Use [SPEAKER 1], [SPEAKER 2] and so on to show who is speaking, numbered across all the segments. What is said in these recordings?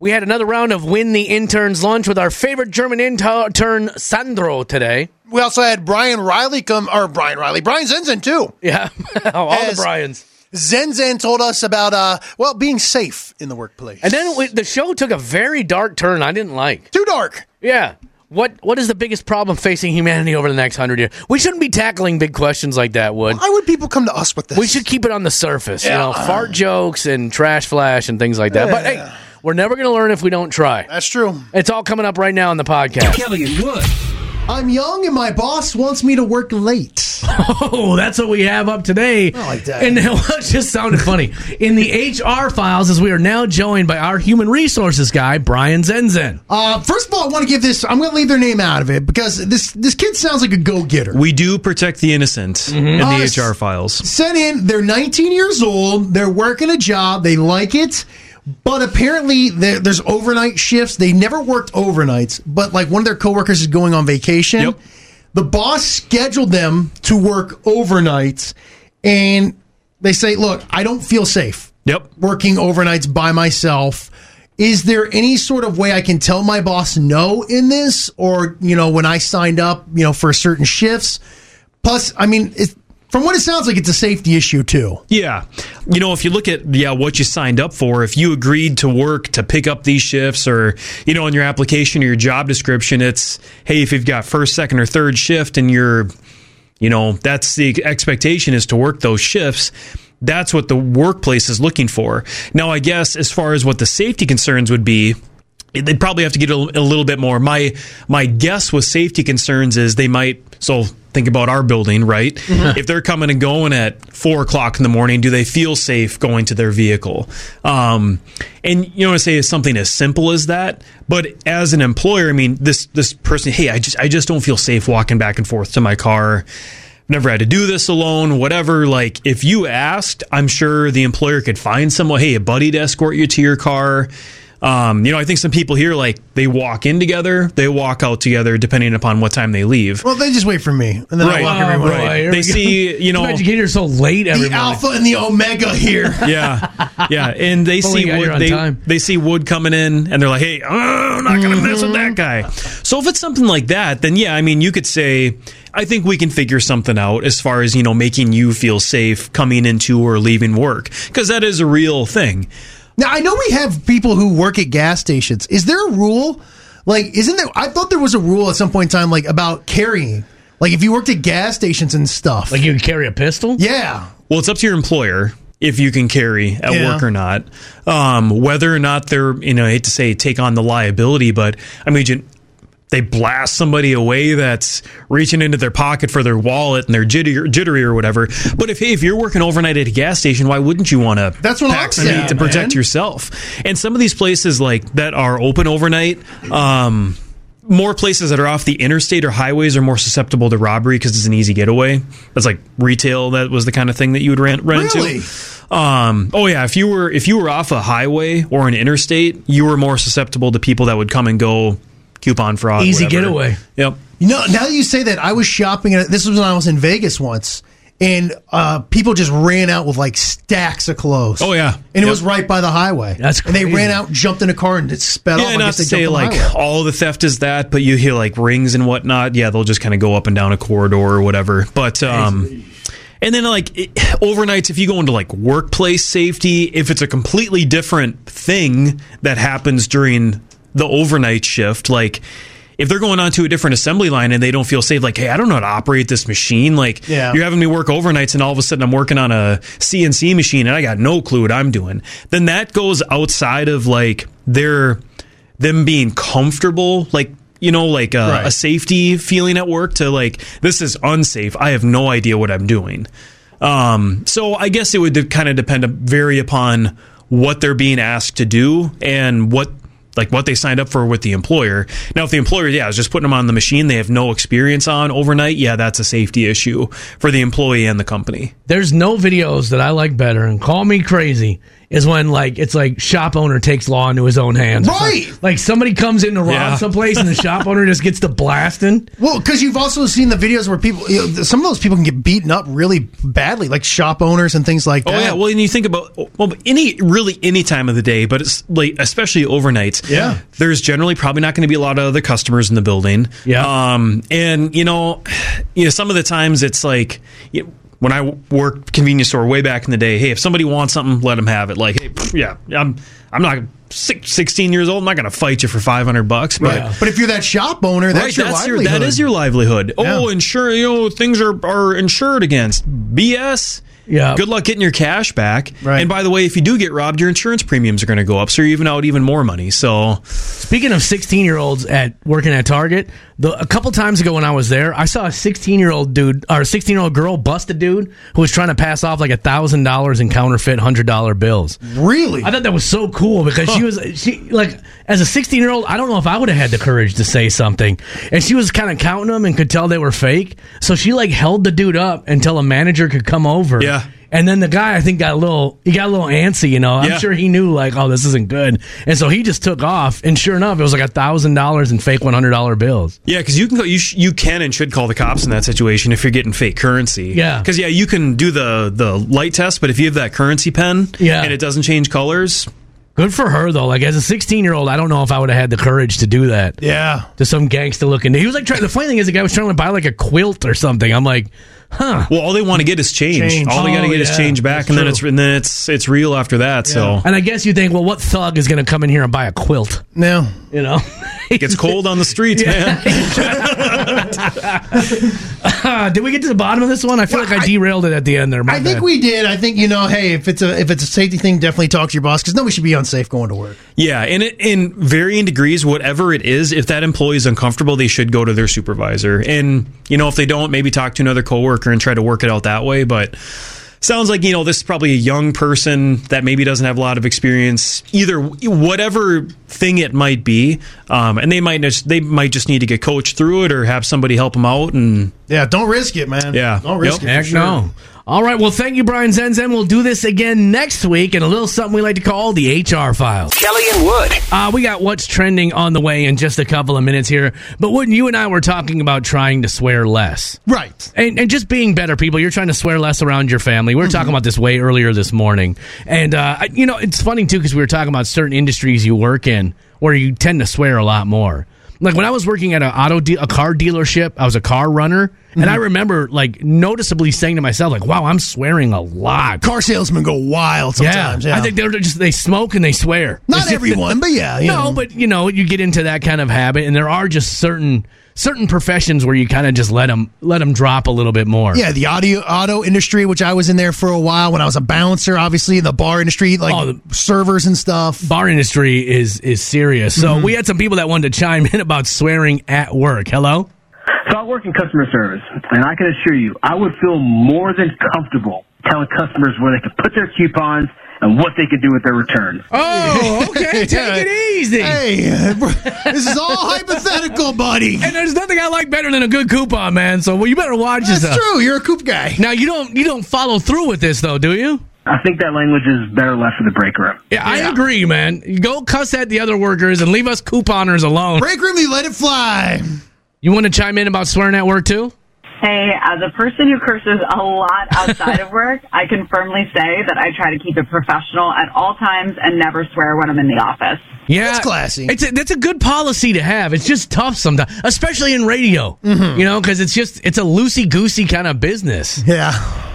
[SPEAKER 1] We had another round of Win the Intern's Lunch with our favorite German intern, Sandro, today.
[SPEAKER 2] We also had Brian Riley come, or Brian Riley, Brian Zenzen too.
[SPEAKER 1] Yeah, all
[SPEAKER 2] As-
[SPEAKER 1] the Bryans.
[SPEAKER 2] Zenzen told us about, uh, well, being safe in the workplace.
[SPEAKER 1] And then we, the show took a very dark turn I didn't like.
[SPEAKER 2] Too dark.
[SPEAKER 1] Yeah. What What is the biggest problem facing humanity over the next hundred years? We shouldn't be tackling big questions like that, Wood.
[SPEAKER 2] Why would people come to us with this?
[SPEAKER 1] We should keep it on the surface. You know, fart jokes and trash flash and things like that. But hey, we're never going to learn if we don't try.
[SPEAKER 2] That's true.
[SPEAKER 1] It's all coming up right now on the podcast.
[SPEAKER 3] Kelly and Wood.
[SPEAKER 2] I'm young and my boss wants me to work late.
[SPEAKER 1] Oh, that's what we have up today. I
[SPEAKER 2] like that.
[SPEAKER 1] And it just sounded funny. In the HR files, as we are now joined by our human resources guy, Brian Zenzen.
[SPEAKER 2] Uh, first of all, I want to give this. I'm going to leave their name out of it because this this kid sounds like a go getter.
[SPEAKER 4] We do protect the innocent in
[SPEAKER 2] Oh,
[SPEAKER 4] the
[SPEAKER 2] it's-
[SPEAKER 4] HR files.
[SPEAKER 2] sent in. They're 19 years old. They're working a job. They like it. But apparently, there- there's overnight shifts. They never worked overnights, but like one of their coworkers is going on vacation.
[SPEAKER 4] Yep.
[SPEAKER 2] The boss scheduled them to work overnights, and they say, Look, I don't feel safe
[SPEAKER 4] Yep.
[SPEAKER 2] working overnights by myself. Is there any sort of way I can tell my boss no in this? Or, you know, when I signed up, you know, for certain shifts? Plus, I mean, it, from what it sounds like, it's a safety issue too.
[SPEAKER 4] Yeah. You know, if you look at yeah, what you signed up for, if you agreed to work to pick up these shifts or, you know, on your application or your job description, it's hey, if you've got first, second or third shift and you're you know, that's the expectation is to work those shifts. That's what the workplace is looking for. Now, I guess as far as what the safety concerns would be, they'd probably have to get a, a little bit more. My my guess with safety concerns is they might. So think about our building, right? If they're coming and going at four o'clock in the morning, do they feel safe going to their vehicle? Um, and you know, I say is something as simple as that. But as an employer, I mean, this this person, hey, I just I just don't feel safe walking back and forth to my car never had to do this alone, whatever. Like, if you asked, I'm sure the employer could find someone, hey, a buddy to escort you to your car. Um, you know, I think some people here, like, they walk in together, they walk out together, depending upon what time they leave.
[SPEAKER 2] Well, they just wait for me, and then I
[SPEAKER 4] Right.
[SPEAKER 2] walk
[SPEAKER 4] Oh,
[SPEAKER 2] everyone.
[SPEAKER 1] boy,
[SPEAKER 4] right.
[SPEAKER 1] here
[SPEAKER 4] They
[SPEAKER 1] we go.
[SPEAKER 4] see, you know-
[SPEAKER 1] Imagine getting here so late every
[SPEAKER 2] The
[SPEAKER 1] morning.
[SPEAKER 2] alpha and the omega here.
[SPEAKER 4] yeah, yeah, and they
[SPEAKER 1] Well, we
[SPEAKER 4] see
[SPEAKER 1] got here
[SPEAKER 4] wood,
[SPEAKER 1] on
[SPEAKER 4] they,
[SPEAKER 1] time.
[SPEAKER 4] they see wood coming in, and they're like, "Hey, oh, I'm not gonna mess with that guy." So if it's something like that, then yeah, I mean, you could say, "I think we can figure something out as far as you know, making you feel safe coming into or leaving work because that is a real thing."
[SPEAKER 2] Now I know we have people who work at gas stations. Is there a rule? Like, isn't there? I thought there was a rule at some point in time, like about carrying. Like, if you worked at gas stations and stuff.
[SPEAKER 1] Like you can carry a pistol?
[SPEAKER 2] yeah.
[SPEAKER 4] Well, it's up to your employer if you can carry at
[SPEAKER 2] Yeah.
[SPEAKER 4] work or not. Um, whether or not they're, you know, I hate to say take on the liability, but I mean, you- they blast somebody away that's reaching into their pocket for their wallet and they're jittery, jittery or whatever. But if hey, if you're working overnight at a gas station, why wouldn't you want to?
[SPEAKER 2] That's what I'm
[SPEAKER 4] pack
[SPEAKER 2] saying,
[SPEAKER 4] meat to
[SPEAKER 2] man.
[SPEAKER 4] protect yourself. And some of these places like that are open overnight. Um, more places that are off the interstate or highways are more susceptible to robbery because it's an easy getaway. That's like retail. That was the kind of thing that you would ran, run
[SPEAKER 2] Really?
[SPEAKER 4] into. Um, oh yeah, if you were if you were off a highway or an interstate, you were more susceptible to people that would come and go, coupon fraud,
[SPEAKER 1] Easy
[SPEAKER 4] whatever.
[SPEAKER 1] getaway.
[SPEAKER 4] Yep.
[SPEAKER 2] You know, now that you say that, I was shopping. At, this was when I was in Vegas once, and uh, people just ran out with like stacks of clothes.
[SPEAKER 4] Oh, yeah.
[SPEAKER 2] and it was right by the highway.
[SPEAKER 1] That's
[SPEAKER 2] and they
[SPEAKER 1] crazy.
[SPEAKER 2] ran out, jumped in a car, and it sped off.
[SPEAKER 4] Yeah,
[SPEAKER 2] I
[SPEAKER 4] not
[SPEAKER 2] guess
[SPEAKER 4] to
[SPEAKER 2] they
[SPEAKER 4] say
[SPEAKER 2] jumped on
[SPEAKER 4] like
[SPEAKER 2] the highway.
[SPEAKER 4] all the theft is that, but you hear like rings and whatnot. Yeah, they'll just kind of go up and down a corridor or whatever. But um, and then like it, overnights, if you go into like workplace safety, if it's a completely different thing that happens during the overnight shift, like. If they're going onto a different assembly line and they don't feel safe, like, hey, I don't know how to operate this machine. Like,
[SPEAKER 2] Yeah.
[SPEAKER 4] you're having me work overnights, and all of a sudden I'm working on a CNC machine, and I got no clue what I'm doing. Then that goes outside of like their them being comfortable, like you know, like a,
[SPEAKER 2] Right.
[SPEAKER 4] a safety feeling at work to like this is unsafe. I have no idea what I'm doing. Um, so I guess it would de- kind of depend, uh, vary upon what they're being asked to do and what like what they signed up for with the employer. Now, if the employer, yeah, is just putting them on the machine they have no experience on overnight, yeah, that's a safety issue for the employee and the company.
[SPEAKER 1] There's no videos that I like better, and call me crazy. is when like it's like shop owner takes law into his own hands. It's
[SPEAKER 2] Right.
[SPEAKER 1] Like, like, somebody comes in to rob
[SPEAKER 4] Yeah.
[SPEAKER 1] someplace and the shop owner just gets to blasting.
[SPEAKER 2] Well, because you've also seen the videos where people, you know, some of those people can get beaten up really badly, like shop owners and things like
[SPEAKER 4] Oh
[SPEAKER 2] that.
[SPEAKER 4] yeah, well, and you think about well, any really any time of the day, but it's like especially overnight.
[SPEAKER 2] Yeah.
[SPEAKER 4] there's generally probably not going to be a lot of other customers in the building.
[SPEAKER 1] Yeah.
[SPEAKER 4] um, and you know, you know, some of the times it's like. You when I worked convenience store way back in the day, hey, if somebody wants something, let them have it. Like, hey, pff, yeah, I'm I'm not six, 16 years old. I'm not going to fight you for 500 bucks, but
[SPEAKER 2] But if you're that shop owner, that's your livelihood.
[SPEAKER 4] that is your livelihood. Oh,
[SPEAKER 2] Yeah.
[SPEAKER 4] insure, you know, things are, are insured against BS.
[SPEAKER 1] Yeah.
[SPEAKER 4] Good luck getting your cash back.
[SPEAKER 2] Right.
[SPEAKER 4] And by the way, if you do get robbed, your insurance premiums are going to go up, so you're even out even more money. So
[SPEAKER 1] Speaking of 16 year olds at working at Target, the, a couple times ago when I was there, I saw a 16 year old dude or a 16 year old girl bust a dude who was trying to pass off like a thousand dollars in counterfeit hundred dollar bills.
[SPEAKER 2] really.
[SPEAKER 1] I thought that was so cool because she was she like as a 16 year old. I don't know if I would have had the courage to say something, and she was kind of counting them and could tell they were fake. So she like held the dude up until a manager could come over.
[SPEAKER 4] Yeah.
[SPEAKER 1] And then the guy, I think, got a little he got a little antsy. You know, I'm
[SPEAKER 4] Yeah.
[SPEAKER 1] sure he knew like, oh, this isn't good, and so he just took off. And sure enough, it was like a thousand dollars in fake 100 dollar bills.
[SPEAKER 4] yeah, because you can go, you sh- you can and should call the cops in that situation if you're getting fake currency.
[SPEAKER 1] Yeah.
[SPEAKER 4] because yeah, you can do the the light test, but if you have that currency pen,
[SPEAKER 1] Yeah.
[SPEAKER 4] and it doesn't change colors,
[SPEAKER 1] Good for her though. Like as a 16 year old, I don't know if I would have had the courage to do that.
[SPEAKER 2] yeah.
[SPEAKER 1] to some gangster looking. He was like trying. The funny thing is, the guy was trying to buy like a quilt or something. I'm like, huh?
[SPEAKER 4] well, all they want to get is change.
[SPEAKER 2] Change.
[SPEAKER 4] All they got to
[SPEAKER 1] Oh,
[SPEAKER 4] get is
[SPEAKER 1] yeah.
[SPEAKER 4] change back,
[SPEAKER 1] That's
[SPEAKER 4] and then
[SPEAKER 1] true.
[SPEAKER 4] it's and then it's it's real after that. So
[SPEAKER 1] And I guess you think, well, what thug is going to come in here and buy a quilt?
[SPEAKER 2] No.
[SPEAKER 1] You know?
[SPEAKER 4] gets cold on the streets, man.
[SPEAKER 1] uh, did we get to the bottom of this one? I feel like I, derailed it at the end there. My
[SPEAKER 2] I think
[SPEAKER 1] bad.
[SPEAKER 2] we did. I think you know. Hey, if it's a if it's a safety thing, definitely talk to your boss because nobody should be unsafe going to work.
[SPEAKER 4] Yeah, and it, in varying degrees, whatever it is, if that employee is uncomfortable, they should go to their supervisor. And you know, if they don't, maybe talk to another coworker and try to work it out that way. But sounds like you know this is probably a young person that maybe doesn't have a lot of experience. Either whatever thing it might be, um, and they might just they might just need to get coached through it or have somebody help them out. And
[SPEAKER 2] Yeah, don't risk it, man.
[SPEAKER 4] Yeah.
[SPEAKER 2] don't risk
[SPEAKER 4] Yep.
[SPEAKER 2] it. for
[SPEAKER 1] Heck
[SPEAKER 2] sure.
[SPEAKER 1] no. All right. Well, thank you, Brian Zenzen. We'll do this again next week and a little something we like to call the HR files.
[SPEAKER 3] Kelly and Wood.
[SPEAKER 1] Uh, we got what's trending on the way in just a couple of minutes here. But Wooden, you and I were talking about trying to swear less.
[SPEAKER 2] Right.
[SPEAKER 1] and, and just being better people you're trying to swear less around your family we were
[SPEAKER 2] Mm-hmm.
[SPEAKER 1] talking about this way earlier this morning and uh, I- you know it's funny too because we were talking about certain industries you work in where you tend to swear a lot more like when i was working at an auto de- a car dealership i was a car runner and i
[SPEAKER 2] Mm-hmm.
[SPEAKER 1] remember like noticeably saying to myself like wow i'm swearing a lot
[SPEAKER 2] Car salesmen go wild sometimes. Yeah,
[SPEAKER 1] i think they're just they smoke and they swear
[SPEAKER 2] not Mm-hmm.
[SPEAKER 1] It's-
[SPEAKER 2] everyone, but yeah. You
[SPEAKER 1] no,
[SPEAKER 2] know.
[SPEAKER 1] but you know, you get into that kind of habit, and there are just certain certain professions where you kind of just let them let them drop a little bit more.
[SPEAKER 2] Yeah, the audio auto industry, which I was in there for a while when I was a bouncer, obviously the bar industry, like
[SPEAKER 1] Oh, the-
[SPEAKER 2] servers and stuff.
[SPEAKER 1] bar industry is is serious. So we had some people that wanted to chime in about swearing at work. Hello.
[SPEAKER 5] So I work in customer service, and I can assure you, I would feel more than comfortable telling customers where they could put their coupons and what they could do with their returns.
[SPEAKER 1] Oh, okay. Take
[SPEAKER 2] Yeah.
[SPEAKER 1] it easy.
[SPEAKER 2] Hey, this is all hypothetical, buddy.
[SPEAKER 1] And there's nothing I like better than a good coupon, man. So well, you better watch
[SPEAKER 2] That's
[SPEAKER 1] yourself.
[SPEAKER 2] true. You're a coop guy.
[SPEAKER 1] Now you don't you don't follow through with this though, do you?
[SPEAKER 5] I think that language is better left for the break room.
[SPEAKER 1] Yeah, I agree, man. Go cuss at the other workers and leave us couponers alone.
[SPEAKER 2] Break room, you let it fly.
[SPEAKER 1] You want to chime in about swearing at work too?
[SPEAKER 6] Hey, as a person who curses a lot outside of work, I can firmly say that I try to keep it professional at all times and never swear when I'm in the office.
[SPEAKER 1] Yeah,
[SPEAKER 2] That's classy.
[SPEAKER 1] It's a, that's a good policy to have. It's just tough sometimes, especially in radio.
[SPEAKER 2] Mm-hmm.
[SPEAKER 1] You know, because it's just it's a loosey goosey kind of business.
[SPEAKER 2] Yeah.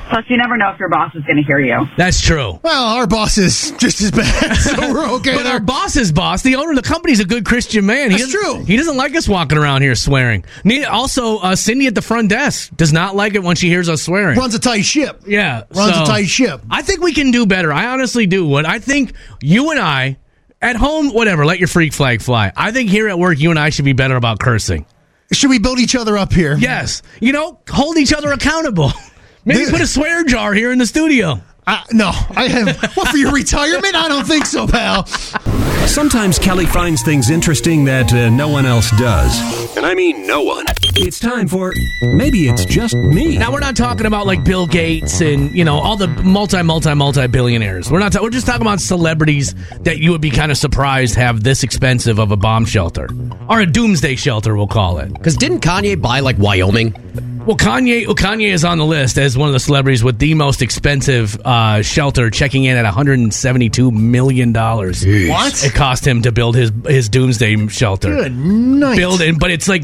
[SPEAKER 6] Plus, you never know if your boss is going to hear you.
[SPEAKER 1] That's true.
[SPEAKER 2] Well, our boss is just as bad, so we're okay.
[SPEAKER 1] But
[SPEAKER 2] there.
[SPEAKER 1] our boss's boss, the owner of the company, is a good Christian man. He
[SPEAKER 2] That's
[SPEAKER 1] doesn't-
[SPEAKER 2] true.
[SPEAKER 1] He doesn't like us walking around here swearing. Neither- Also, uh, Cindy at the front desk does not like it when she hears us swearing.
[SPEAKER 2] runs a tight ship.
[SPEAKER 1] yeah,
[SPEAKER 2] runs
[SPEAKER 1] so-
[SPEAKER 2] a tight ship.
[SPEAKER 1] I think we can do better. I honestly do. What I think you and I at home, whatever, let your freak flag fly. I think here at work, you and I should be better about cursing.
[SPEAKER 2] Should we build each other up here?
[SPEAKER 1] Yes, you know, hold each other accountable. Maybe
[SPEAKER 2] This-
[SPEAKER 1] put a swear jar here in the studio.
[SPEAKER 2] I, no, I have. what for your retirement? I don't think so, pal.
[SPEAKER 7] Sometimes Kelly finds things interesting that uh, no one else does.
[SPEAKER 3] And I mean no one.
[SPEAKER 7] It's time for Maybe It's Just Me.
[SPEAKER 1] Now we're not talking about like Bill Gates and you know all the multi multi multi billionaires. We're not. Ta- we're just talking about celebrities that you would be kind of surprised have this expensive of a bomb shelter or a doomsday shelter. We'll call it.
[SPEAKER 8] Because didn't Kanye buy like Wyoming?
[SPEAKER 1] Well, Kanye. well, Kanye is on the list as one of the celebrities with the most expensive uh, shelter, checking in at 172 million dollars.
[SPEAKER 2] What?
[SPEAKER 1] it cost him to build his his doomsday shelter?
[SPEAKER 2] Good night.
[SPEAKER 1] building, but it's like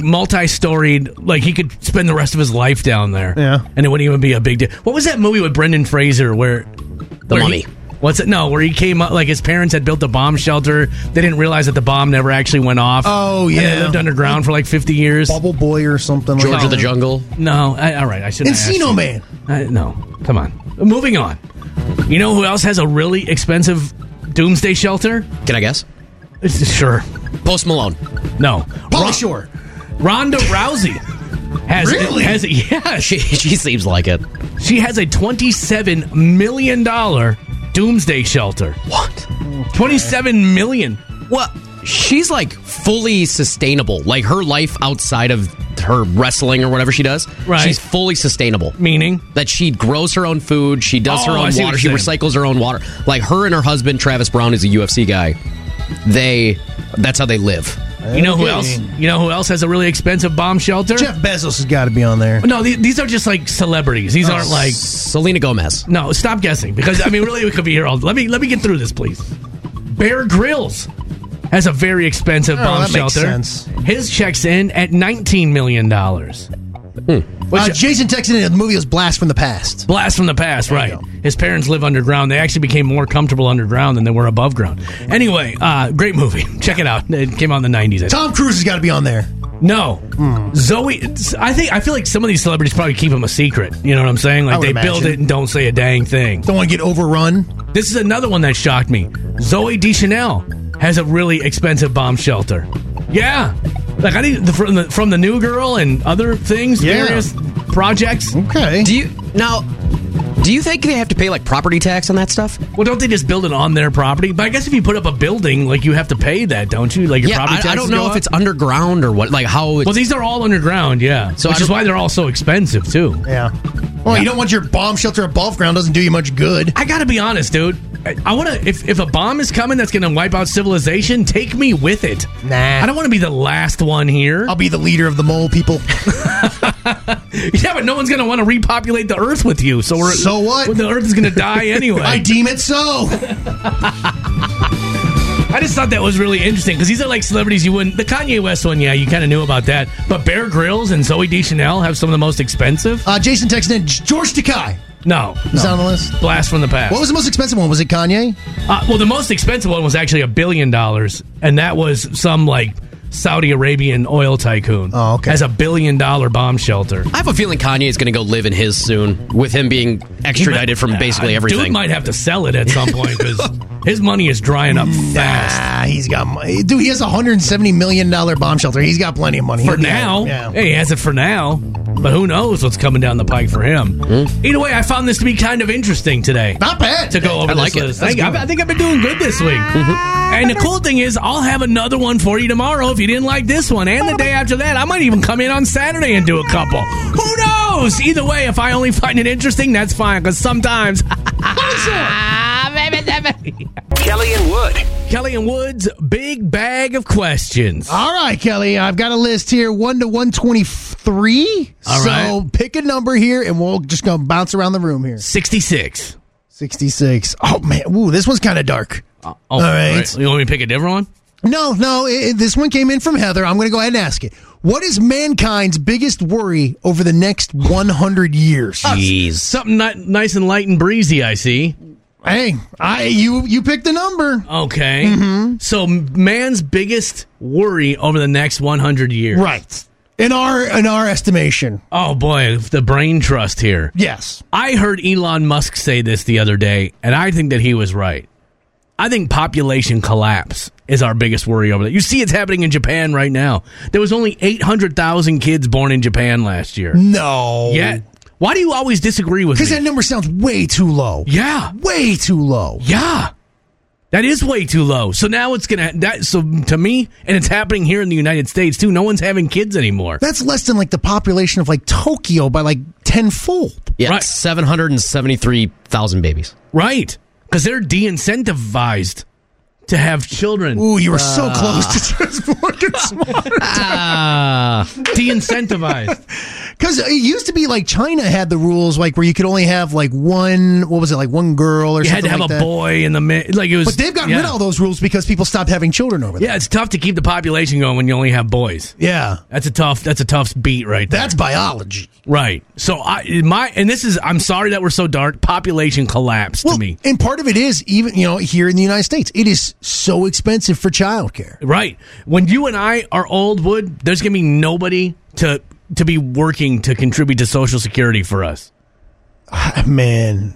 [SPEAKER 1] multi-storied. Like he could spend the rest of his life down there.
[SPEAKER 2] Yeah.
[SPEAKER 1] and it wouldn't even be a big deal. What was that movie with Brendan Fraser where the
[SPEAKER 8] Mummy.
[SPEAKER 1] what's it? No, where he came up like his parents had built a bomb shelter. They didn't realize that the bomb never actually went off.
[SPEAKER 2] Oh,
[SPEAKER 1] And
[SPEAKER 2] yeah.
[SPEAKER 1] they lived underground for like fifty years.
[SPEAKER 2] Bubble Boy or something.
[SPEAKER 8] George
[SPEAKER 2] like
[SPEAKER 8] of the
[SPEAKER 2] that.
[SPEAKER 8] Jungle?
[SPEAKER 1] No, I, all right, I should.
[SPEAKER 2] Encino Man.
[SPEAKER 1] I, no, come on. Moving on. You know who else has a really expensive doomsday shelter?
[SPEAKER 8] Can I guess?
[SPEAKER 1] It's- Sure.
[SPEAKER 8] Post Malone.
[SPEAKER 1] No.
[SPEAKER 2] Polly Shore.
[SPEAKER 1] Ronda Rousey has
[SPEAKER 2] Really?
[SPEAKER 1] has yeah
[SPEAKER 8] She,
[SPEAKER 1] she,
[SPEAKER 8] she seems like it.
[SPEAKER 1] she has a twenty seven million dollar doomsday shelter.
[SPEAKER 8] What?
[SPEAKER 1] Twenty seven million.
[SPEAKER 8] What? She's like fully sustainable. Like her life outside of her wrestling or whatever she does,
[SPEAKER 1] Right.
[SPEAKER 8] she's fully sustainable.
[SPEAKER 1] Meaning
[SPEAKER 8] That she grows her own food, she does her
[SPEAKER 1] Oh, I
[SPEAKER 8] own
[SPEAKER 1] see what
[SPEAKER 8] water, she
[SPEAKER 1] you're saying.
[SPEAKER 8] recycles her own water. Like her and her husband Travis Brown is a UFC guy. They that's how they live.
[SPEAKER 1] you know who else? You know who else has a really expensive bomb shelter?
[SPEAKER 2] Jeff Bezos has got to be on there.
[SPEAKER 1] No, the- these are just like celebrities.
[SPEAKER 2] Oh,
[SPEAKER 1] These aren't like
[SPEAKER 8] Selena Gomez.
[SPEAKER 1] no. Stop guessing because I mean, really, we could be here all. Let me let me get through this, please. Bear Grylls has a very expensive
[SPEAKER 2] Oh,
[SPEAKER 1] bomb
[SPEAKER 2] that makes
[SPEAKER 1] shelter.
[SPEAKER 2] sense.
[SPEAKER 1] His checks in at nineteen million dollars.
[SPEAKER 2] Uh, Jason texted in the movie was Blast from the Past.
[SPEAKER 1] Blast from the past, right. His parents live underground. They actually became more comfortable underground than they were above ground. Anyway, uh, great movie. Check it out. It came out in the 90s. I think.
[SPEAKER 2] Tom Cruise has got to be on there.
[SPEAKER 1] No.
[SPEAKER 2] Hmm.
[SPEAKER 1] Zoe, it's- I think I feel like some of these celebrities probably keep them a secret. You know what I'm saying?
[SPEAKER 2] I
[SPEAKER 1] Like
[SPEAKER 2] would
[SPEAKER 1] they build
[SPEAKER 2] imagine.
[SPEAKER 1] it and don't say a dang thing.
[SPEAKER 2] Don't want to get overrun.
[SPEAKER 1] This is another one that shocked me. Zoe Deschanel has a really expensive bomb shelter. Yeah. Like I need the, from the from the new girl and other things,
[SPEAKER 2] Yeah.
[SPEAKER 1] various projects.
[SPEAKER 2] Okay.
[SPEAKER 8] Do you now do you think they have to pay like property tax on that stuff?
[SPEAKER 1] Well, don't they just build it on their property? But I guess if you put up a building, like you have to pay that, don't you? Like your
[SPEAKER 8] yeah,
[SPEAKER 1] property
[SPEAKER 8] I, I
[SPEAKER 1] taxes
[SPEAKER 8] don't
[SPEAKER 1] go
[SPEAKER 8] know if
[SPEAKER 1] up?
[SPEAKER 8] it's underground or what like how it's
[SPEAKER 1] Well, these are all underground, yeah.
[SPEAKER 8] So
[SPEAKER 1] So
[SPEAKER 8] I
[SPEAKER 1] which is
[SPEAKER 8] don't-
[SPEAKER 1] why they're all so expensive too.
[SPEAKER 2] Yeah. Well, Oh, you don't want your bomb shelter above ground. Doesn't do you much good.
[SPEAKER 1] I gotta be honest, dude. I, I wanna if if a bomb is coming that's gonna wipe out civilization, take me with it.
[SPEAKER 2] Nah.
[SPEAKER 1] I don't want to be the last one here.
[SPEAKER 8] Oh.
[SPEAKER 2] I'll be the leader of the mole people.
[SPEAKER 1] yeah, but no one's gonna want to repopulate the Earth with you. So we're
[SPEAKER 2] So what?
[SPEAKER 1] The Earth is gonna die anyway.
[SPEAKER 2] I deem it so.
[SPEAKER 1] I just thought that was really interesting because these are like celebrities you wouldn't. The Kanye West one, yeah, you kind of knew about that. But Bear Grylls and Zoe Deschanel have some of the most expensive.
[SPEAKER 2] Uh, Jason texted in George Takai.
[SPEAKER 1] No,
[SPEAKER 2] He's on the list.
[SPEAKER 1] blast from the past.
[SPEAKER 2] What was the most expensive one? Was it Kanye?
[SPEAKER 1] Uh, well, the most expensive one was actually a billion dollars, and that was some like Saudi Arabian oil tycoon.
[SPEAKER 2] Oh, okay.
[SPEAKER 1] Has a billion dollar bomb shelter.
[SPEAKER 8] I have a feeling Kanye is going to go live in his soon, with him being extradited from basically
[SPEAKER 1] Uh, Dude
[SPEAKER 8] everything.
[SPEAKER 1] might have to sell it at some point because his money is drying up fast.
[SPEAKER 2] Ah, he's got money. Dude, he has a $170 million bomb shelter. He's got plenty of money.
[SPEAKER 1] for now.
[SPEAKER 2] Yeah.
[SPEAKER 1] Hey, he has it for now. But who knows what's coming down the pike for him?
[SPEAKER 8] Hmm?
[SPEAKER 1] Either way, I found this to be kind of interesting today.
[SPEAKER 2] Not bad.
[SPEAKER 1] to go over
[SPEAKER 8] I like
[SPEAKER 1] this
[SPEAKER 8] it.
[SPEAKER 1] list.
[SPEAKER 8] That's
[SPEAKER 1] I, think- I think I've been doing good this week. And the cool thing is, I'll have another one for you tomorrow if you didn't like this one. And the day after that, I might even come in on Saturday and do a couple. Who knows? Either way, if I only find it interesting, that's fine, because sometimes.
[SPEAKER 3] Kelly and Wood.
[SPEAKER 1] Kelly and Woods, big bag of questions.
[SPEAKER 2] All right, Kelly. I've got a list here, one to one twenty three.
[SPEAKER 1] All
[SPEAKER 2] so
[SPEAKER 1] right.
[SPEAKER 2] pick a number here, and we'll just go bounce around the room here.
[SPEAKER 1] 66.
[SPEAKER 2] Sixty six. Oh man, ooh, this one's kind of dark.
[SPEAKER 1] Oh,
[SPEAKER 2] All right.
[SPEAKER 1] You want me to pick a different one?
[SPEAKER 2] No, no, it, it- this one came in from Heather. I'm going to go ahead and ask it. What is mankind's biggest worry over the next one hundred years?
[SPEAKER 8] Jeez.
[SPEAKER 1] Something ni- nice and light and breezy, I see.
[SPEAKER 2] hey, I you you picked the number.
[SPEAKER 1] Okay.
[SPEAKER 2] Mm-hmm.
[SPEAKER 1] So, man's biggest worry over the next 100 years.
[SPEAKER 2] Right. In our in our estimation,
[SPEAKER 1] Oh boy, the brain trust here.
[SPEAKER 2] yes.
[SPEAKER 1] I heard Elon Musk say this the other day, and I think that he was right. I think population collapse is our biggest worry over that. You see, it's happening in Japan right now. There was only 800,000 kids born in Japan last year.
[SPEAKER 2] No.
[SPEAKER 1] Yet, why do you always disagree with me?
[SPEAKER 2] Because that number sounds way too low.
[SPEAKER 1] yeah.
[SPEAKER 2] Way too low.
[SPEAKER 1] Yeah. That is way too low. So now it's gonna that so to me, and it's happening here in the United States too. No one's having kids anymore.
[SPEAKER 2] That's less than like the population of like Tokyo by like tenfold.
[SPEAKER 8] Yeah,
[SPEAKER 1] Right.
[SPEAKER 8] 773,000 babies.
[SPEAKER 1] Right. Because they're de incentivized to have children.
[SPEAKER 2] Ooh, you were so close to just looking smart.
[SPEAKER 1] De incentivized.
[SPEAKER 2] Because it used to be like China had the rules like where you could only have like one. What was it like one girl or
[SPEAKER 1] you had to
[SPEAKER 2] something
[SPEAKER 1] have
[SPEAKER 2] like
[SPEAKER 1] a
[SPEAKER 2] that.
[SPEAKER 1] boy in the mid. Like it was.
[SPEAKER 2] But they've gotten
[SPEAKER 1] yeah.
[SPEAKER 2] rid of all those rules because people stopped having children over there.
[SPEAKER 1] Yeah, it's tough to keep the population going when you only have boys.
[SPEAKER 2] Yeah.
[SPEAKER 1] That's a tough. That's a tough beat right there.
[SPEAKER 2] That's biology.
[SPEAKER 1] right. So I in my and this is. I'm sorry that we're so dark. Population collapse to me.
[SPEAKER 2] and part of it is even you know here in the United States, it is so expensive for childcare.
[SPEAKER 1] Right. When you and I are old, Wood, there's gonna be nobody to to be working to contribute to Social Security for us.
[SPEAKER 2] Man,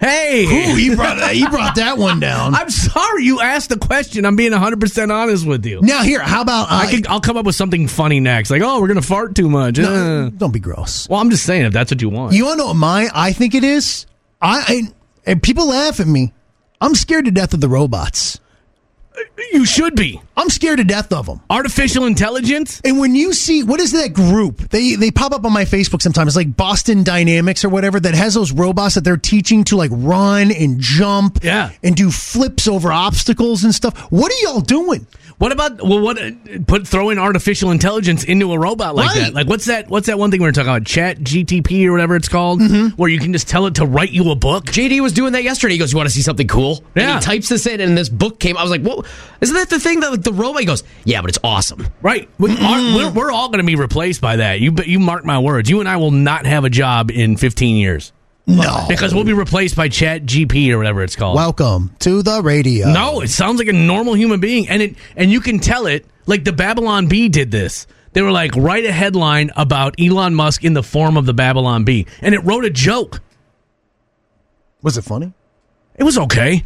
[SPEAKER 1] Hey.
[SPEAKER 2] Ooh, he brought that, he brought that one down.
[SPEAKER 1] I'm sorry you asked the question. I'm being 100% honest with you.
[SPEAKER 2] now here, how about uh, I?
[SPEAKER 1] I could, I'll come up with something funny next. Like, oh, we're going to fart too much.
[SPEAKER 2] no,
[SPEAKER 1] Uh.
[SPEAKER 2] don't be gross.
[SPEAKER 1] Well, I'm just saying if that's what you want.
[SPEAKER 2] You want to know what my I think it is? I, I and people laugh at me. I'm scared to death of the robots.
[SPEAKER 1] you should be.
[SPEAKER 2] I'm scared to death of them.
[SPEAKER 1] Artificial intelligence?
[SPEAKER 2] And when you see what is that group? They they pop up on my Facebook sometimes, like Boston Dynamics or whatever, that has those robots that they're teaching to like run and jump,
[SPEAKER 1] Yeah.
[SPEAKER 2] and do flips over obstacles and stuff. What are y'all doing?
[SPEAKER 1] What about well what uh, put throw in artificial intelligence into a robot like
[SPEAKER 2] Right.
[SPEAKER 1] that? Like what's that what's that one thing we were talking about? Chat GTP or whatever it's called
[SPEAKER 2] Mm-hmm.
[SPEAKER 1] where you can just tell it to write you a book?
[SPEAKER 8] JD was doing that yesterday. He goes, "You want to see something cool?" And
[SPEAKER 1] Yeah.
[SPEAKER 8] he types this in, and this book came. I was like, "Whoa, isn't that the thing that like, the robot?" He goes, "Yeah, but it's awesome."
[SPEAKER 1] Right. We
[SPEAKER 2] Mm-hmm.
[SPEAKER 1] are, we're, we're all going to be replaced by that. You bet- you mark my words. You and I will not have a job in 15 years
[SPEAKER 2] No,
[SPEAKER 1] because we'll be replaced by Chat GP or whatever it's called.
[SPEAKER 2] welcome to the radio.
[SPEAKER 1] No, it sounds like a normal human being, and it and you can tell it. Like the Babylon Bee did this. They were like, write a headline about Elon Musk in the form of the Babylon Bee, and it wrote a joke.
[SPEAKER 2] was it funny?
[SPEAKER 1] It was okay.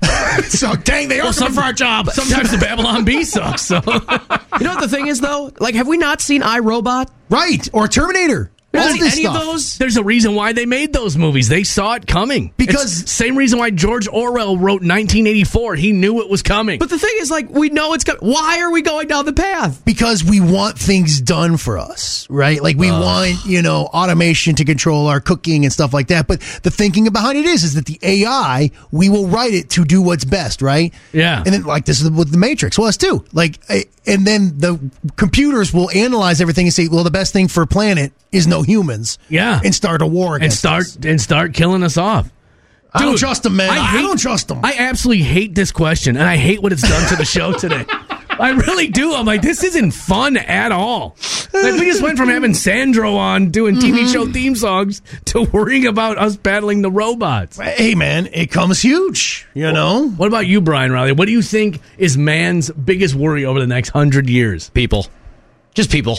[SPEAKER 2] so dang, they are
[SPEAKER 1] some-
[SPEAKER 2] for our job.
[SPEAKER 1] Sometimes the Babylon Bee sucks. So
[SPEAKER 8] You know what the thing is though? Like, have we not seen iRobot?
[SPEAKER 2] right or Terminator?
[SPEAKER 8] Have
[SPEAKER 2] All
[SPEAKER 8] we seen
[SPEAKER 2] this
[SPEAKER 8] any
[SPEAKER 2] stuff.
[SPEAKER 8] of those?
[SPEAKER 1] there's a reason why they made those movies. They saw it coming
[SPEAKER 2] Because-
[SPEAKER 1] It's same reason why George Orwell wrote 1984. He knew it was coming.
[SPEAKER 8] But the thing is, like, we know it's going. Why are we going down the path?
[SPEAKER 2] because we want things done for us, right? Like we want, you know, automation to control our cooking and stuff like that. But the thinking behind it is, is that the AI, we will write it to do what's best, right?
[SPEAKER 1] Yeah.
[SPEAKER 2] And then like this is with the Matrix was too. Like, I- and then the computers will analyze everything and say, well, the best thing for planet is no humans.
[SPEAKER 1] Yeah.
[SPEAKER 2] And start a war
[SPEAKER 1] and
[SPEAKER 2] against
[SPEAKER 1] start
[SPEAKER 2] us.
[SPEAKER 1] and start killing us off.
[SPEAKER 2] I don't
[SPEAKER 1] Dude,
[SPEAKER 2] trust them, man. I,
[SPEAKER 1] hate-
[SPEAKER 2] don't trust them.
[SPEAKER 1] I absolutely hate this question, and I hate what it's done to the show today. I really do. I'm like, this isn't fun at all. Like, we just went from having Sandro on doing TV
[SPEAKER 2] Mm-hmm.
[SPEAKER 1] show theme songs to worrying about us battling the robots.
[SPEAKER 2] hey, man, it comes huge, you know?
[SPEAKER 1] What about you, Brian Riley? What do you think is man's biggest worry over the next hundred years?
[SPEAKER 8] People, just people.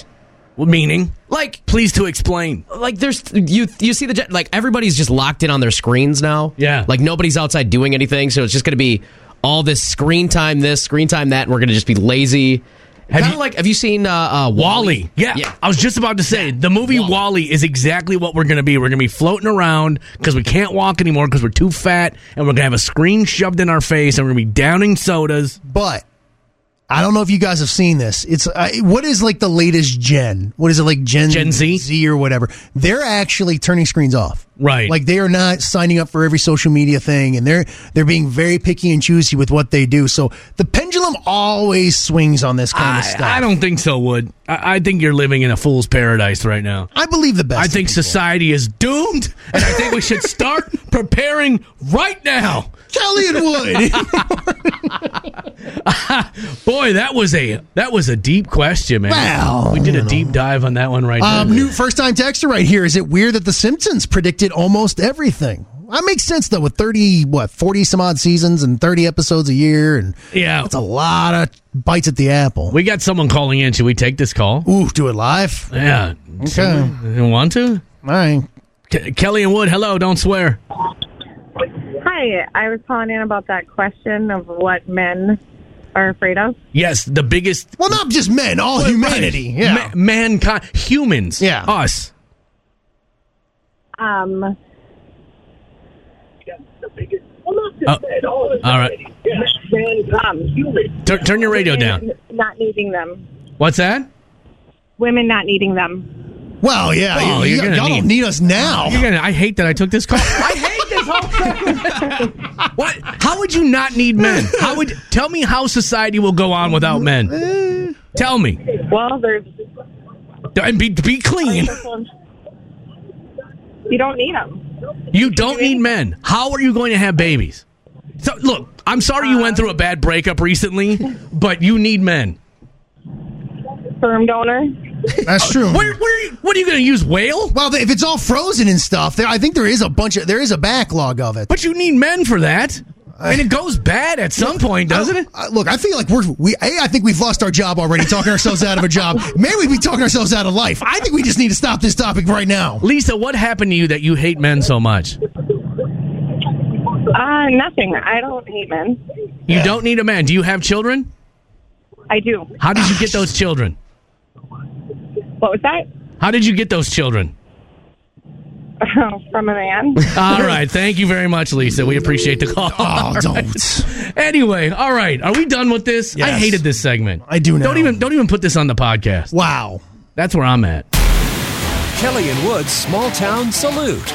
[SPEAKER 1] Well, Meaning,
[SPEAKER 8] Like,
[SPEAKER 1] please to explain.
[SPEAKER 8] like there's you you see the gen- like everybody's just locked in on their screens now.
[SPEAKER 1] Yeah.
[SPEAKER 8] Like nobody's outside doing anything, so it's just going to be all this screen time, this screen time, that, and we're going to just be lazy. Kind of
[SPEAKER 1] you-
[SPEAKER 8] like have you seen uh, uh,
[SPEAKER 1] Wally. Yeah.
[SPEAKER 8] Yeah.
[SPEAKER 1] I was just about to say the movie Wally,
[SPEAKER 8] Wall-E.
[SPEAKER 1] is exactly what we're going to be. We're going to be floating around because we can't walk anymore because we're too fat, and we're going to have a screen shoved in our face, and we're going to be downing sodas.
[SPEAKER 2] but I don't know if you guys have seen this. It's uh, what is like the latest gen? What is it like Gen
[SPEAKER 1] Gen Z?
[SPEAKER 2] Z or whatever? They're actually turning screens off.
[SPEAKER 1] Right.
[SPEAKER 2] Like they are not signing up for every social media thing and they're they're being very picky and choosy with what they do. So the pendulum always swings on this kind of
[SPEAKER 1] I,
[SPEAKER 2] stuff.
[SPEAKER 1] I don't think so, Wood. I, I think you're living in a fool's paradise right now.
[SPEAKER 2] I believe the best.
[SPEAKER 1] I think society is doomed, and I think we should start preparing right now.
[SPEAKER 2] Kelly and Wood.
[SPEAKER 1] Boy, that was a that was a deep question, man.
[SPEAKER 2] Well,
[SPEAKER 1] we did a deep dive on that one right
[SPEAKER 2] um,
[SPEAKER 1] there.
[SPEAKER 2] new first time texter right here. Is it weird that the Simpsons predicted almost everything? That makes sense though, with thirty what, forty some odd seasons and thirty episodes a year and
[SPEAKER 1] yeah,
[SPEAKER 2] That's a lot of bites at the apple.
[SPEAKER 1] we got someone calling in. Should we take this call?
[SPEAKER 2] Ooh, do it live.
[SPEAKER 1] Yeah.
[SPEAKER 2] Okay.
[SPEAKER 1] You want to?
[SPEAKER 2] All right.
[SPEAKER 1] Ke- Kelly and Wood, hello, don't swear.
[SPEAKER 6] Hi, I was calling in about that question of what men are afraid of.
[SPEAKER 1] Yes, the biggest
[SPEAKER 2] Well, not just men, all humanity. Yeah.
[SPEAKER 1] ma- mankind, humans,
[SPEAKER 2] Yeah.
[SPEAKER 1] us.
[SPEAKER 6] Um,
[SPEAKER 1] Oh, all right.
[SPEAKER 9] Women become human.
[SPEAKER 1] Tur- turn your radio down.
[SPEAKER 9] Not needing them.
[SPEAKER 1] What's that?
[SPEAKER 9] Women not needing them.
[SPEAKER 2] Well, yeah,
[SPEAKER 1] Oh,
[SPEAKER 2] you,
[SPEAKER 1] you're gonna
[SPEAKER 2] all
[SPEAKER 1] need-
[SPEAKER 2] don't need us now.
[SPEAKER 1] You're gonna, I hate that I took this call. I hate this whole thing. what? How would you not need men? How would? Tell me how society will go on without men. Tell me
[SPEAKER 9] Well, there's
[SPEAKER 1] and be be clean.
[SPEAKER 9] you don't need them.
[SPEAKER 1] You don't need men. How are you going to have babies? So look, I'm sorry you went through a bad breakup recently, but you need men.
[SPEAKER 9] Sperm donor.
[SPEAKER 2] That's true.
[SPEAKER 1] Where, where are you, what are you going to use whale?
[SPEAKER 2] Well, if it's all frozen and stuff, there, I think there is a bunch of there is a backlog of it.
[SPEAKER 1] But you need men for that. and it goes bad at some point, doesn't it?
[SPEAKER 2] Uh, look, I feel like we're we. A, I think we've lost our job already, talking ourselves out of a job. Maybe we be talking ourselves out of life. I think we just need to stop this topic right now.
[SPEAKER 1] Lisa, what happened to you that you hate men so much?
[SPEAKER 9] Uh, nothing. I don't hate men.
[SPEAKER 1] You don't need a man. Do you have children?
[SPEAKER 9] I do.
[SPEAKER 1] How did you get those children?
[SPEAKER 9] What was that?
[SPEAKER 1] How did you get those children?
[SPEAKER 9] From a man.
[SPEAKER 1] All right. Thank you very much, Lisa. We appreciate the call.
[SPEAKER 2] Oh, don't.
[SPEAKER 1] Anyway, all right. Are we done with this? I
[SPEAKER 2] Yes.
[SPEAKER 1] hated this segment.
[SPEAKER 2] I do now.
[SPEAKER 1] Don't even don't even put this on the podcast.
[SPEAKER 2] Wow.
[SPEAKER 1] That's where I'm at.
[SPEAKER 7] Kelly and Wood's Small Town Salute.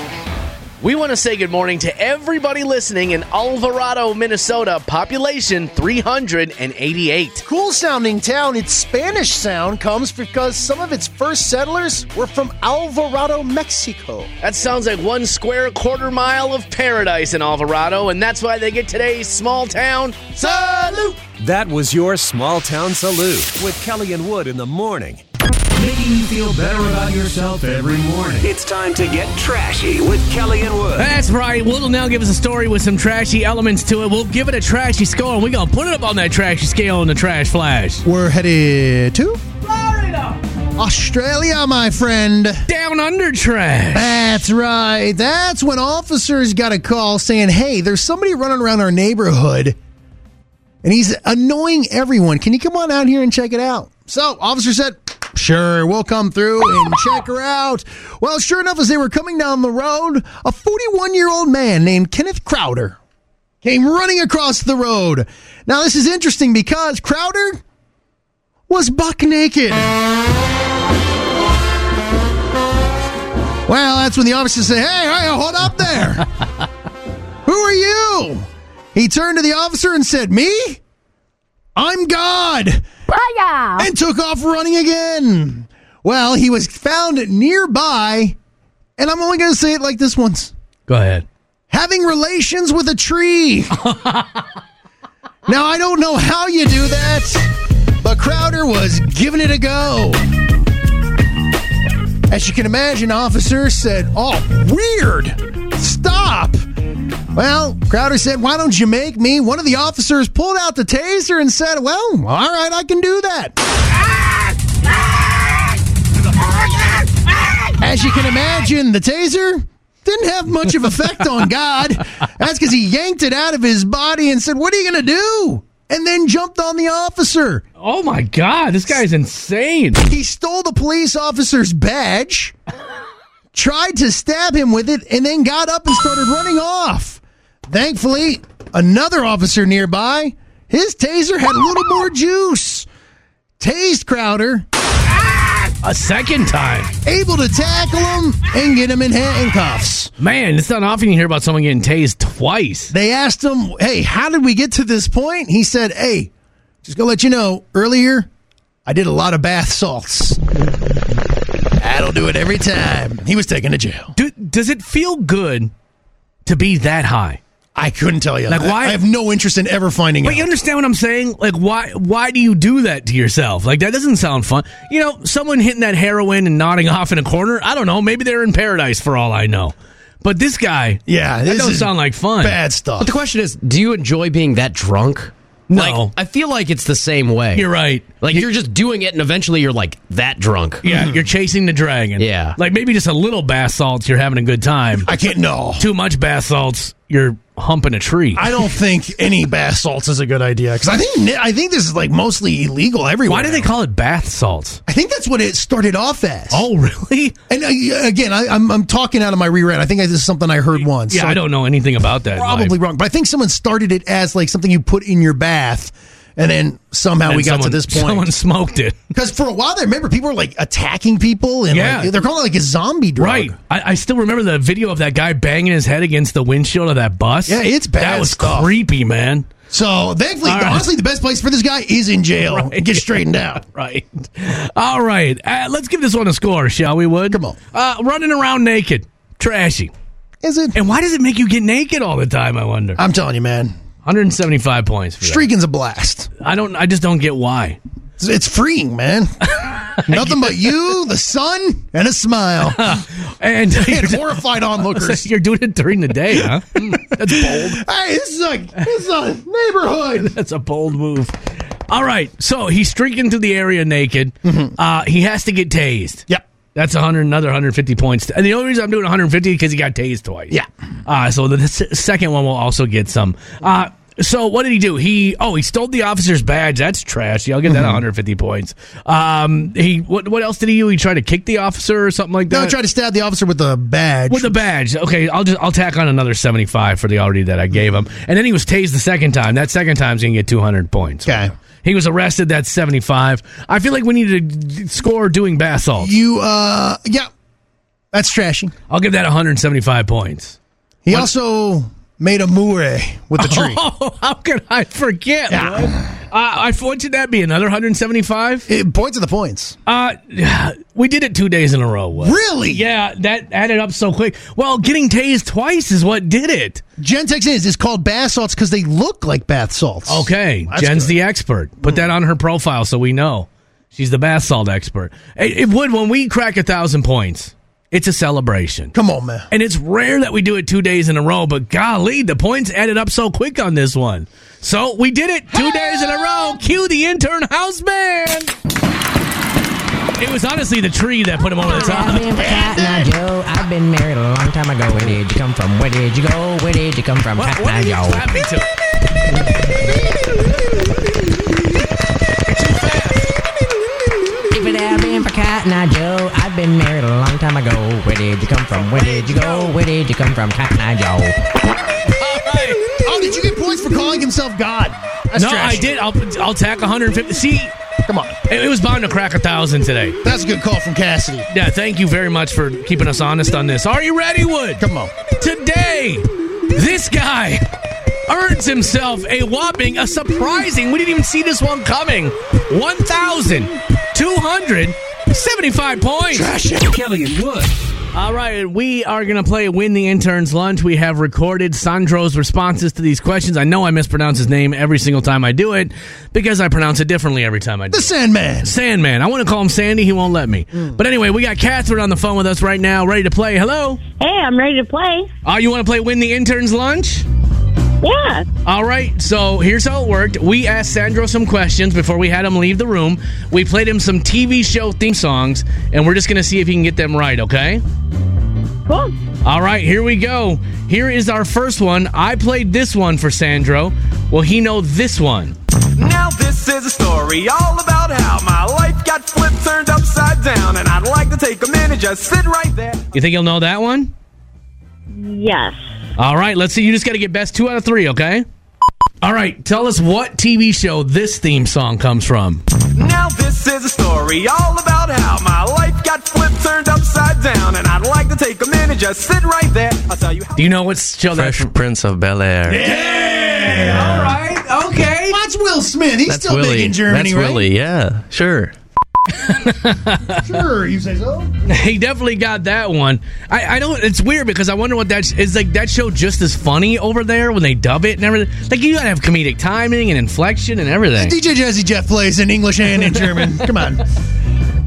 [SPEAKER 1] We want to say good morning to everybody listening in Alvarado, Minnesota, population 388.
[SPEAKER 10] Cool sounding town, its Spanish sound comes because some of its first settlers were from Alvarado, Mexico.
[SPEAKER 1] That sounds like one square quarter mile of paradise in Alvarado, and that's why they get today's small town salute.
[SPEAKER 7] That was your Small Town Salute with Kelly and Wood in the morning. Making you feel better about yourself every morning.
[SPEAKER 3] It's time to get trashy with Kelly and Wood.
[SPEAKER 1] That's right. Will now give us a story with some trashy elements to it. We'll give it a trashy score, and we're going to put it up on that trashy scale in the trash flash.
[SPEAKER 2] We're headed to Florida, Australia, my friend.
[SPEAKER 1] Down under trash.
[SPEAKER 2] That's right. That's when officers got a call saying, "Hey, there's somebody running around our neighborhood, and he's annoying everyone. Can you come on out here and check it out?" So, officer said, "Sure, we'll come through and check her out." Well, sure enough, as they were coming down the road, a 41-year-old man named Kenneth Crowder came running across the road. Now, this is interesting because Crowder was buck naked. Well, that's when the officer said, Hey, hey, hold up there. Who are you? He turned to the officer and said, Me? I'm God. And took off running again. Well, he was found nearby, and I'm only going to say it like this once
[SPEAKER 1] Go ahead.
[SPEAKER 2] having relations with a tree. now, I don't know how you do that, but Crowder was giving it a go. As you can imagine, officers said, Oh, weird! Stop! Well, Crowder said, Why don't you make me? One of the officers pulled out the taser and said, Well, all right, I can do that. As you can imagine, the taser didn't have much of effect on God. That's because he yanked it out of his body and said, "What are you going to do?" And then jumped on the officer.
[SPEAKER 1] Oh my God, this guy's insane.
[SPEAKER 2] He stole the police officer's badge, tried to stab him with it, and then got up and started running off. Thankfully, another officer nearby, his taser had a little more juice. Tased Crowder,
[SPEAKER 1] A second time.
[SPEAKER 2] able to tackle him and get him in handcuffs.
[SPEAKER 1] Man, it's not often you hear about someone getting tased twice.
[SPEAKER 2] They asked him, "Hey, how did we get to this point?" He said, "Hey, just gonna let you know. Earlier, I did a lot of bath salts. That'll do it every time." He was taken to jail.
[SPEAKER 1] Do, does it feel good to be that high?
[SPEAKER 2] I couldn't tell you.
[SPEAKER 1] Like, why-
[SPEAKER 2] I have no interest in ever finding
[SPEAKER 1] But you
[SPEAKER 2] out.
[SPEAKER 1] understand what I'm saying? Like, why why do you do that to yourself? Like, that doesn't sound fun. You know, someone hitting that heroin and nodding off in a corner. I don't know. Maybe they're in paradise for all I know. But this guy,
[SPEAKER 2] Yeah,
[SPEAKER 1] that
[SPEAKER 2] this
[SPEAKER 1] don't
[SPEAKER 2] is
[SPEAKER 1] sound like fun.
[SPEAKER 2] bad stuff.
[SPEAKER 8] But the question is, do you enjoy being that drunk?
[SPEAKER 1] No.
[SPEAKER 8] Like, I feel like it's the same way.
[SPEAKER 1] You're right.
[SPEAKER 8] like you're just doing it, and eventually you're like that drunk.
[SPEAKER 1] Yeah,
[SPEAKER 2] mm-hmm.
[SPEAKER 1] you're chasing the dragon.
[SPEAKER 8] Yeah.
[SPEAKER 1] like maybe just a little bath salts, you're having a good time.
[SPEAKER 2] I can't know.
[SPEAKER 1] Too much bath salts, you're humping a tree.
[SPEAKER 2] I don't think any bath salts is a good idea because I think I think this is like mostly illegal everywhere.
[SPEAKER 1] Why do they call it bath salts?
[SPEAKER 2] I think that's what it started off as.
[SPEAKER 1] Oh, really?
[SPEAKER 2] And uh, again, I, I'm, I'm talking out of my reread. I think this is something I heard once.
[SPEAKER 1] Yeah,
[SPEAKER 2] so
[SPEAKER 1] I don't know anything about that. in life.
[SPEAKER 2] probably wrong, but I think someone started it as like something you put in your bath, and then somehow
[SPEAKER 1] And
[SPEAKER 2] we got to
[SPEAKER 1] someone-
[SPEAKER 2] this
[SPEAKER 1] Someone
[SPEAKER 2] point.
[SPEAKER 1] smoked it.
[SPEAKER 2] Because for a while, there, remember people were like attacking people, and
[SPEAKER 1] Yeah.
[SPEAKER 2] like, they're calling it like a zombie drug.
[SPEAKER 1] Right. I, I still remember the video of that guy banging his head against the windshield of that bus.
[SPEAKER 2] Yeah, it's bad
[SPEAKER 1] That was
[SPEAKER 2] stuff.
[SPEAKER 1] creepy, man.
[SPEAKER 2] So thankfully,
[SPEAKER 1] All right.
[SPEAKER 2] honestly, the best place for this guy is in jail.
[SPEAKER 1] Right.
[SPEAKER 2] Get straightened out.
[SPEAKER 1] Right. All right. Uh, let's give this one a score, shall we, Wood?
[SPEAKER 2] Come on.
[SPEAKER 1] Uh, running around naked. Trashy.
[SPEAKER 2] Is it?
[SPEAKER 1] And why does it make you get naked all the time, I wonder?
[SPEAKER 2] I'm telling you, man.
[SPEAKER 1] 175 points. For that.
[SPEAKER 2] Streaking's a blast.
[SPEAKER 1] I don't. I just don't get why.
[SPEAKER 2] It's, it's freeing, man. Nothing but you, the sun, and a smile.
[SPEAKER 1] And
[SPEAKER 2] and horrified onlookers.
[SPEAKER 1] you're doing it during the day, huh? Hmm, That's bold.
[SPEAKER 2] hey, this is a this is a neighborhood.
[SPEAKER 1] That's a bold move. All right. So he's streaking through the area naked. Uh, he has to get tased.
[SPEAKER 2] Yep.
[SPEAKER 1] That's 100, another 150 points. And the only reason I'm doing 150 is because he got tased twice.
[SPEAKER 2] Yeah.
[SPEAKER 1] Uh, so the, the s- second one will also get some. Uh, so what did he do? He oh he stole the officer's badge. That's trash. I'll get that
[SPEAKER 2] Mm-hmm.
[SPEAKER 1] 150 points. Um, he what what else did he do? He tried to kick the officer or something like that.
[SPEAKER 2] Now try to stab the officer with a badge.
[SPEAKER 1] With a badge. Okay, I'll just I'll tack on another seventy five for the already that I gave him. And then he was tased the second time. That second time's gonna get two hundred points.
[SPEAKER 2] Okay.
[SPEAKER 1] He was arrested, that's seventy five. I feel like we need to d- score doing bath salts.
[SPEAKER 2] you uh yeah. That's trashy.
[SPEAKER 1] I'll give that hundred and seventy five points.
[SPEAKER 2] He also made a moire with the tree.
[SPEAKER 1] Oh, how could I forget?
[SPEAKER 2] Yeah.
[SPEAKER 1] Lloyd? Uh, I thought should that be another hundred and seventy five?
[SPEAKER 2] It points to the points.
[SPEAKER 1] Uh we did it two days in a row. Will.
[SPEAKER 2] Really?
[SPEAKER 1] Yeah, that added up so quick. Well, getting tased twice is what did it.
[SPEAKER 2] Gentex is it's called bath salts because they look like bath salts.
[SPEAKER 1] Okay,
[SPEAKER 2] That's
[SPEAKER 1] Jen's
[SPEAKER 2] good. Hmm.
[SPEAKER 1] the expert. Put that on her profile so we know she's the bath salt expert. It, it would when we crack a thousand points. It's a celebration,
[SPEAKER 2] Come on, man.
[SPEAKER 1] and it's rare that we do it two days in a row. But golly, the points added up so quick on this one. So we did it two days in a row. Cue the intern house band. It was honestly the tree that put him over the
[SPEAKER 11] I've
[SPEAKER 1] top.
[SPEAKER 11] been for Cat Nat Joe. I've been married a long time ago. Where did you come from? Where did you go? Where did you come from?
[SPEAKER 1] What,
[SPEAKER 11] Cat
[SPEAKER 1] what are
[SPEAKER 11] Nat
[SPEAKER 1] you
[SPEAKER 11] Joe.
[SPEAKER 1] clapping to?
[SPEAKER 11] If it had been for Cat Nat Joe, I've been married a long time ago. Where did you come from? Where did you go? Where did you come from? Cat Nat Joe.
[SPEAKER 2] Oh, did you get points for calling himself God? That's
[SPEAKER 1] No, I
[SPEAKER 2] trashy.
[SPEAKER 1] did. I'll, I'll tack 150. See,
[SPEAKER 2] Come on.
[SPEAKER 1] it was bound to crack a thousand today.
[SPEAKER 2] That's a good call from Cassidy.
[SPEAKER 1] Yeah, thank you very much for keeping us honest on this. Are you ready, Wood?
[SPEAKER 2] Come on.
[SPEAKER 1] Today, this guy earns himself a whopping, a surprising, we didn't even see this one coming, 1,275 points.
[SPEAKER 3] Kelly and Wood.
[SPEAKER 1] All right, we are going to play Win the Intern's Lunch. We have recorded Sandro's responses to these questions. I know I mispronounce his name every single time I do it because I pronounce it differently every time I do
[SPEAKER 2] The
[SPEAKER 1] it.
[SPEAKER 2] Sandman.
[SPEAKER 1] Sandman. I want to call him Sandy. He won't let me. But anyway, we got Catherine on the phone with us right now, ready to play. Hello.
[SPEAKER 9] Hey, I'm ready to play.
[SPEAKER 1] Oh, you want to play Win the Intern's Lunch?
[SPEAKER 9] Yeah.
[SPEAKER 1] All right, so here's how it worked. We asked Sandro some questions before we had him leave the room. We played him some TV show theme songs, and we're just going to see if he can get them right, okay?
[SPEAKER 9] Cool.
[SPEAKER 1] All right, here we go. Here is our first one. I played this one for Sandro. Will he know this one?
[SPEAKER 7] Now this is a story all about how my life got flipped, turned upside down, and I'd like to take a minute, just sit right there.
[SPEAKER 1] You think he'll know that one?
[SPEAKER 9] Yes.
[SPEAKER 1] All right, let's see. You just got to get best two out of three, okay? All right, tell us what TV show this theme song comes from.
[SPEAKER 7] Now this is a story all about how my life got flipped, turned upside down, and I'd like to take a minute, just sit right there. I'll tell you how.
[SPEAKER 1] Do you know what show that?
[SPEAKER 12] Fresh Prince of Bel Air.
[SPEAKER 1] All right, okay.
[SPEAKER 2] That's Will Smith. He's
[SPEAKER 12] That's
[SPEAKER 2] still
[SPEAKER 12] Willie.
[SPEAKER 2] big in Germany,
[SPEAKER 12] That's
[SPEAKER 2] right?
[SPEAKER 12] Willie. Yeah, sure.
[SPEAKER 2] Sure, you say so.
[SPEAKER 1] He definitely got that one. I, I don't. It's weird because I wonder what that is like. That show just as funny over there when they dub it and everything. Like you gotta have comedic timing and inflection and everything.
[SPEAKER 2] DJ Jazzy Jeff plays in English and in German. Come on.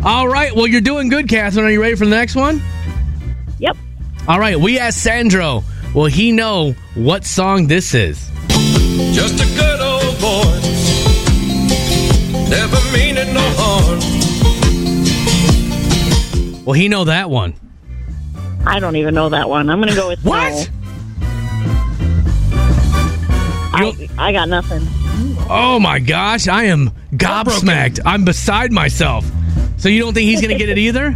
[SPEAKER 1] All right. Well, you're doing good, Catherine. Are you ready for the next one?
[SPEAKER 9] Yep.
[SPEAKER 1] All right. We asked Sandro. Will he know what song this is?
[SPEAKER 12] Just a good old boy. Never meaning no harm.
[SPEAKER 1] Will he know that one?
[SPEAKER 9] I don't even know that one. I'm going to go with
[SPEAKER 1] What?
[SPEAKER 9] no. I, I got nothing.
[SPEAKER 1] Oh my gosh, I am gobsmacked. I'm beside myself. So you don't think he's going to get it either?
[SPEAKER 9] I'm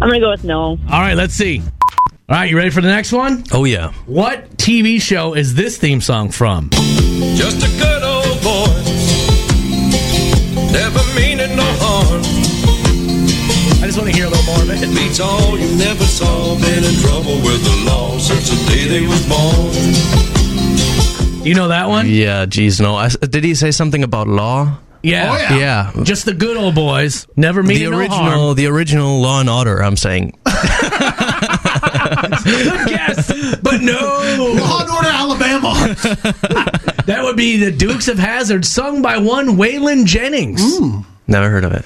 [SPEAKER 9] going to go with no.
[SPEAKER 1] All right, let's see. All right, you ready for the next one?
[SPEAKER 8] Oh yeah.
[SPEAKER 1] What TV show is this theme song from?
[SPEAKER 12] Just a good old boy. Never meaning no harm.
[SPEAKER 1] I just want to hear a little more of it.
[SPEAKER 12] It beats all you never saw. Been in trouble with the law since the day they was born.
[SPEAKER 1] You know that one?
[SPEAKER 13] Yeah, geez, no. I s did he say something about law?
[SPEAKER 1] Yeah.
[SPEAKER 13] Oh, yeah.
[SPEAKER 1] Just the good old boys. Never mean
[SPEAKER 13] the
[SPEAKER 1] no
[SPEAKER 13] original,
[SPEAKER 1] harm.
[SPEAKER 13] the original Law and Order. I'm saying.
[SPEAKER 1] But no.
[SPEAKER 2] Law and Order Alabama.
[SPEAKER 1] that would be the Dukes of Hazard, sung by one Waylon Jennings. Mm.
[SPEAKER 13] Never heard of it.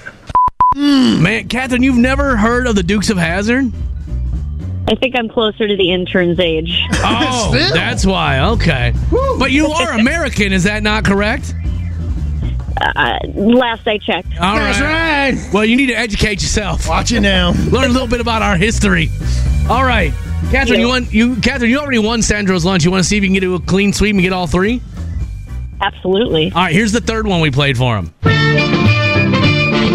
[SPEAKER 1] Man, Catherine, you've never heard of the Dukes of Hazard?
[SPEAKER 9] I think I'm closer to the intern's age.
[SPEAKER 1] Oh, that's why. Okay, but you are American. Is that not correct?
[SPEAKER 9] Uh, last I checked.
[SPEAKER 1] All right. Well, you need to educate yourself.
[SPEAKER 2] Watch it now.
[SPEAKER 1] Learn a little bit about our history. All right, Catherine, you won. You Catherine, you already won Sandra's lunch. You want to see if you can get to a clean sweep and get all three?
[SPEAKER 9] Absolutely.
[SPEAKER 1] All right. Here's the third one we played for him.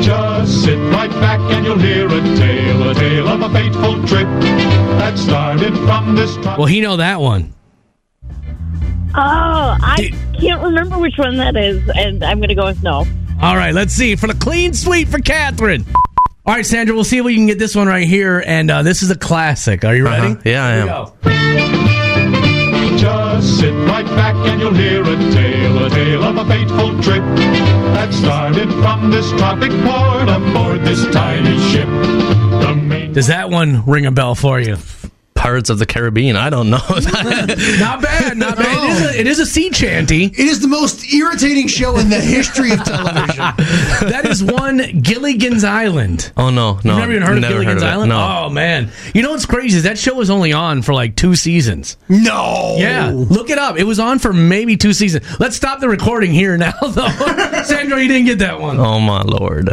[SPEAKER 14] Just sit right back and you'll hear a tale, a tale of a fateful trip that started from this time.
[SPEAKER 1] Well, he know that one.
[SPEAKER 9] Oh, I can't remember which one that is, and I'm going to go with no.
[SPEAKER 1] All right. Let's see for the clean sweep for Catherine. All right, Sandra. We'll see if we can get this one right here. And uh, this is a classic. Are you ready?
[SPEAKER 13] Yeah, I
[SPEAKER 1] Here
[SPEAKER 13] am.
[SPEAKER 1] we go.
[SPEAKER 14] Just sit right back and you'll hear a tale, a tale of a fateful trip that started from this tropic port aboard this tiny ship. The main
[SPEAKER 1] Does that one ring a bell for you?
[SPEAKER 13] Pirates of the Caribbean. I don't know.
[SPEAKER 1] not bad. Not bad. It, is a, it is a sea chanty.
[SPEAKER 2] It is the most irritating show in the history of television.
[SPEAKER 1] that is one Gilligan's Island.
[SPEAKER 13] oh no, no.
[SPEAKER 1] You've never even heard of Gilligan's
[SPEAKER 13] it.
[SPEAKER 1] Island?
[SPEAKER 13] No.
[SPEAKER 1] Oh man. You know what's crazy is that show was only on for like two seasons.
[SPEAKER 2] No.
[SPEAKER 1] Yeah. Look it up. It was on for maybe two seasons. Let's stop the recording here now though. Sandra, you didn't get that one.
[SPEAKER 13] Oh my lord.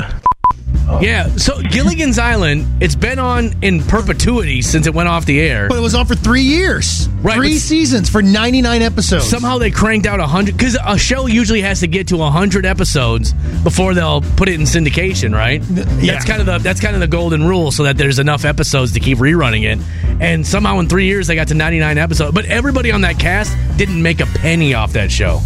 [SPEAKER 1] Yeah. So Gilligan's Island, it's been on in perpetuity since it went off the air.
[SPEAKER 2] But it was on for three years.
[SPEAKER 1] Right,
[SPEAKER 2] Three
[SPEAKER 1] but-
[SPEAKER 2] seasons for 99 episodes.
[SPEAKER 1] Somehow they cranked out 100 cuz a show usually has to get to 100 episodes before they'll put it in syndication, right? That's kind of the that's kind of the golden rule so that there's enough episodes to keep rerunning it. And somehow in 3 years they got to 99 episodes, but everybody on that cast didn't make a penny off that show.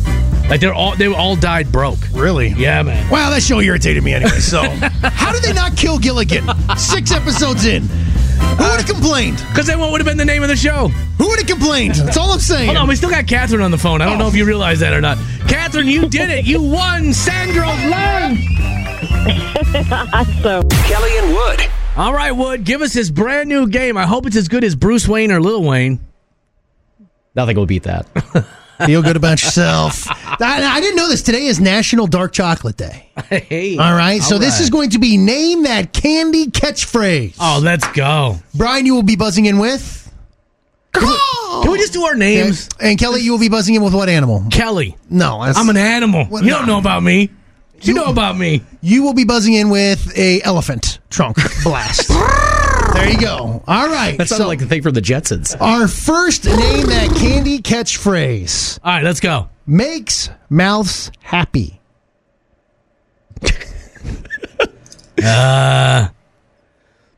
[SPEAKER 1] Like they're all they all died broke.
[SPEAKER 2] Really?
[SPEAKER 1] Yeah, man.
[SPEAKER 2] Wow, that show irritated me anyway. So, how did they not kill Gilligan? Six episodes in. Who would have complained?
[SPEAKER 1] Cuz then what would have been the name of the show?
[SPEAKER 2] Who would have complained? That's all I'm saying.
[SPEAKER 1] Hold on, we still got Catherine on the phone. I don't know if you realize that or not. Catherine, you did it. You won Sandra's lunch.
[SPEAKER 9] awesome.
[SPEAKER 3] Kelly and Wood.
[SPEAKER 1] All right, Wood, give us this brand new game. I hope it's as good as Bruce Wayne or Lil Wayne.
[SPEAKER 8] Nothing will beat that.
[SPEAKER 2] Feel good about yourself. I, I didn't know this. Today is National Dark Chocolate Day.
[SPEAKER 1] hey.
[SPEAKER 2] All right. So this is going to be name that candy catchphrase.
[SPEAKER 1] Oh, let's go.
[SPEAKER 2] Brian, you will be buzzing in with.
[SPEAKER 1] Can we just do our names?
[SPEAKER 2] And Kelly, you will be buzzing in with what animal?
[SPEAKER 1] Kelly.
[SPEAKER 2] No, that's-
[SPEAKER 1] I'm an animal.
[SPEAKER 2] What-
[SPEAKER 1] you don't know about me. You, know about me.
[SPEAKER 2] You will be buzzing in with a elephant trunk blast. there you go. All right.
[SPEAKER 8] That sounded
[SPEAKER 2] so
[SPEAKER 8] like the thing from the Jetsons.
[SPEAKER 2] our first name that candy catchphrase
[SPEAKER 1] All right, let's go.
[SPEAKER 2] makes mouths happy.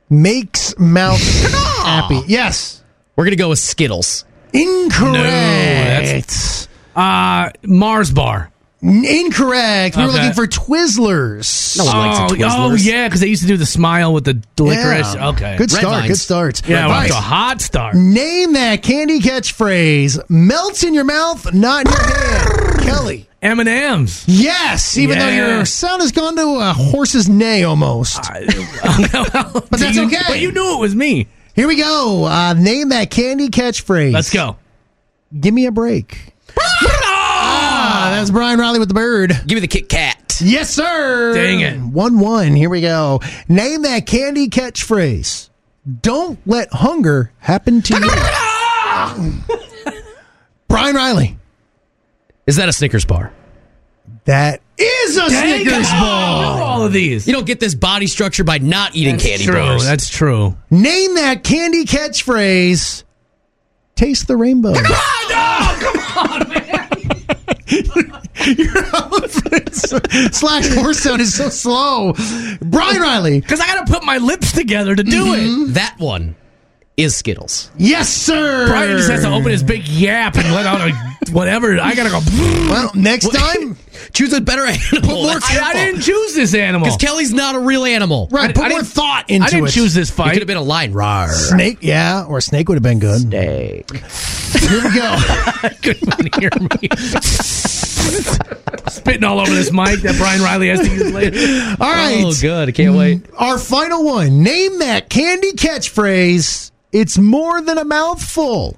[SPEAKER 2] Makes mouths happy. Yes.
[SPEAKER 8] We're gonna go with Skittles.
[SPEAKER 2] Incorrect.
[SPEAKER 1] that's- Uh Mars Bar.
[SPEAKER 2] N- Incorrect. We were
[SPEAKER 1] Okay.
[SPEAKER 2] looking for Twizzlers.
[SPEAKER 8] No one likes a
[SPEAKER 1] oh,
[SPEAKER 8] Twizzlers.
[SPEAKER 1] oh, yeah, because they used to do the smile with the licorice.
[SPEAKER 2] Yeah.
[SPEAKER 1] Okay.
[SPEAKER 2] Good
[SPEAKER 8] Red
[SPEAKER 2] start.
[SPEAKER 8] Vines.
[SPEAKER 2] Good start.
[SPEAKER 1] yeah,
[SPEAKER 2] Red
[SPEAKER 1] we're off to a
[SPEAKER 2] Vines.
[SPEAKER 1] hot start.
[SPEAKER 2] Name that candy catchphrase. Melts in your mouth, not in your hand. Kelly.
[SPEAKER 1] M&M's.
[SPEAKER 2] Yes, even though
[SPEAKER 1] Yeah.
[SPEAKER 2] your sound has gone to a horse's neigh almost.
[SPEAKER 1] but
[SPEAKER 2] that's
[SPEAKER 1] you,
[SPEAKER 2] okay.
[SPEAKER 1] But you knew it was me.
[SPEAKER 2] Here we go. Uh, name that candy catchphrase.
[SPEAKER 1] Let's go.
[SPEAKER 2] Give me a break. ah, that's Brian Riley with the bird.
[SPEAKER 8] Give me the Kit Kat.
[SPEAKER 2] Yes, sir.
[SPEAKER 1] Dang it.
[SPEAKER 2] One one. Here we go. Name that candy catchphrase. Don't let hunger happen to you. Brian Riley.
[SPEAKER 8] Is that a Snickers bar?
[SPEAKER 2] That is a
[SPEAKER 1] Dang,
[SPEAKER 2] Snickers
[SPEAKER 1] I
[SPEAKER 2] ball.
[SPEAKER 1] knew all of these.
[SPEAKER 8] You don't get this body structure by not eating candy
[SPEAKER 1] true.
[SPEAKER 8] bars.
[SPEAKER 1] That's true.
[SPEAKER 2] Name that candy catchphrase. Taste the rainbow. Slash horse sound is so slow. Brian Riley.
[SPEAKER 1] Because I got to put my lips together to do
[SPEAKER 2] Mm-hmm.
[SPEAKER 1] it.
[SPEAKER 8] That one is Skittles.
[SPEAKER 2] Yes, sir.
[SPEAKER 1] Brian just has to open his big yap and let out a whatever. I got to go.
[SPEAKER 2] Well, next time,
[SPEAKER 8] choose a better animal.
[SPEAKER 1] I, I didn't choose this animal.
[SPEAKER 8] Because Kelly's not a real animal.
[SPEAKER 2] Right,
[SPEAKER 1] I-
[SPEAKER 2] put
[SPEAKER 1] I
[SPEAKER 2] more
[SPEAKER 1] didn't-
[SPEAKER 2] thought into
[SPEAKER 1] I didn't
[SPEAKER 2] it.
[SPEAKER 1] choose this
[SPEAKER 8] It could
[SPEAKER 1] fight.
[SPEAKER 8] have been a lion. Rar.
[SPEAKER 2] Snake, yeah, or snake would have been good.
[SPEAKER 8] Snake.
[SPEAKER 2] Here we go.
[SPEAKER 1] couldn't hear me. Spitting all over this mic that Brian Riley has to use later.
[SPEAKER 2] All right. Mm-hmm.
[SPEAKER 8] Oh, good. I can't wait.
[SPEAKER 2] Our final one. Name that candy catchphrase. It's more than a mouthful.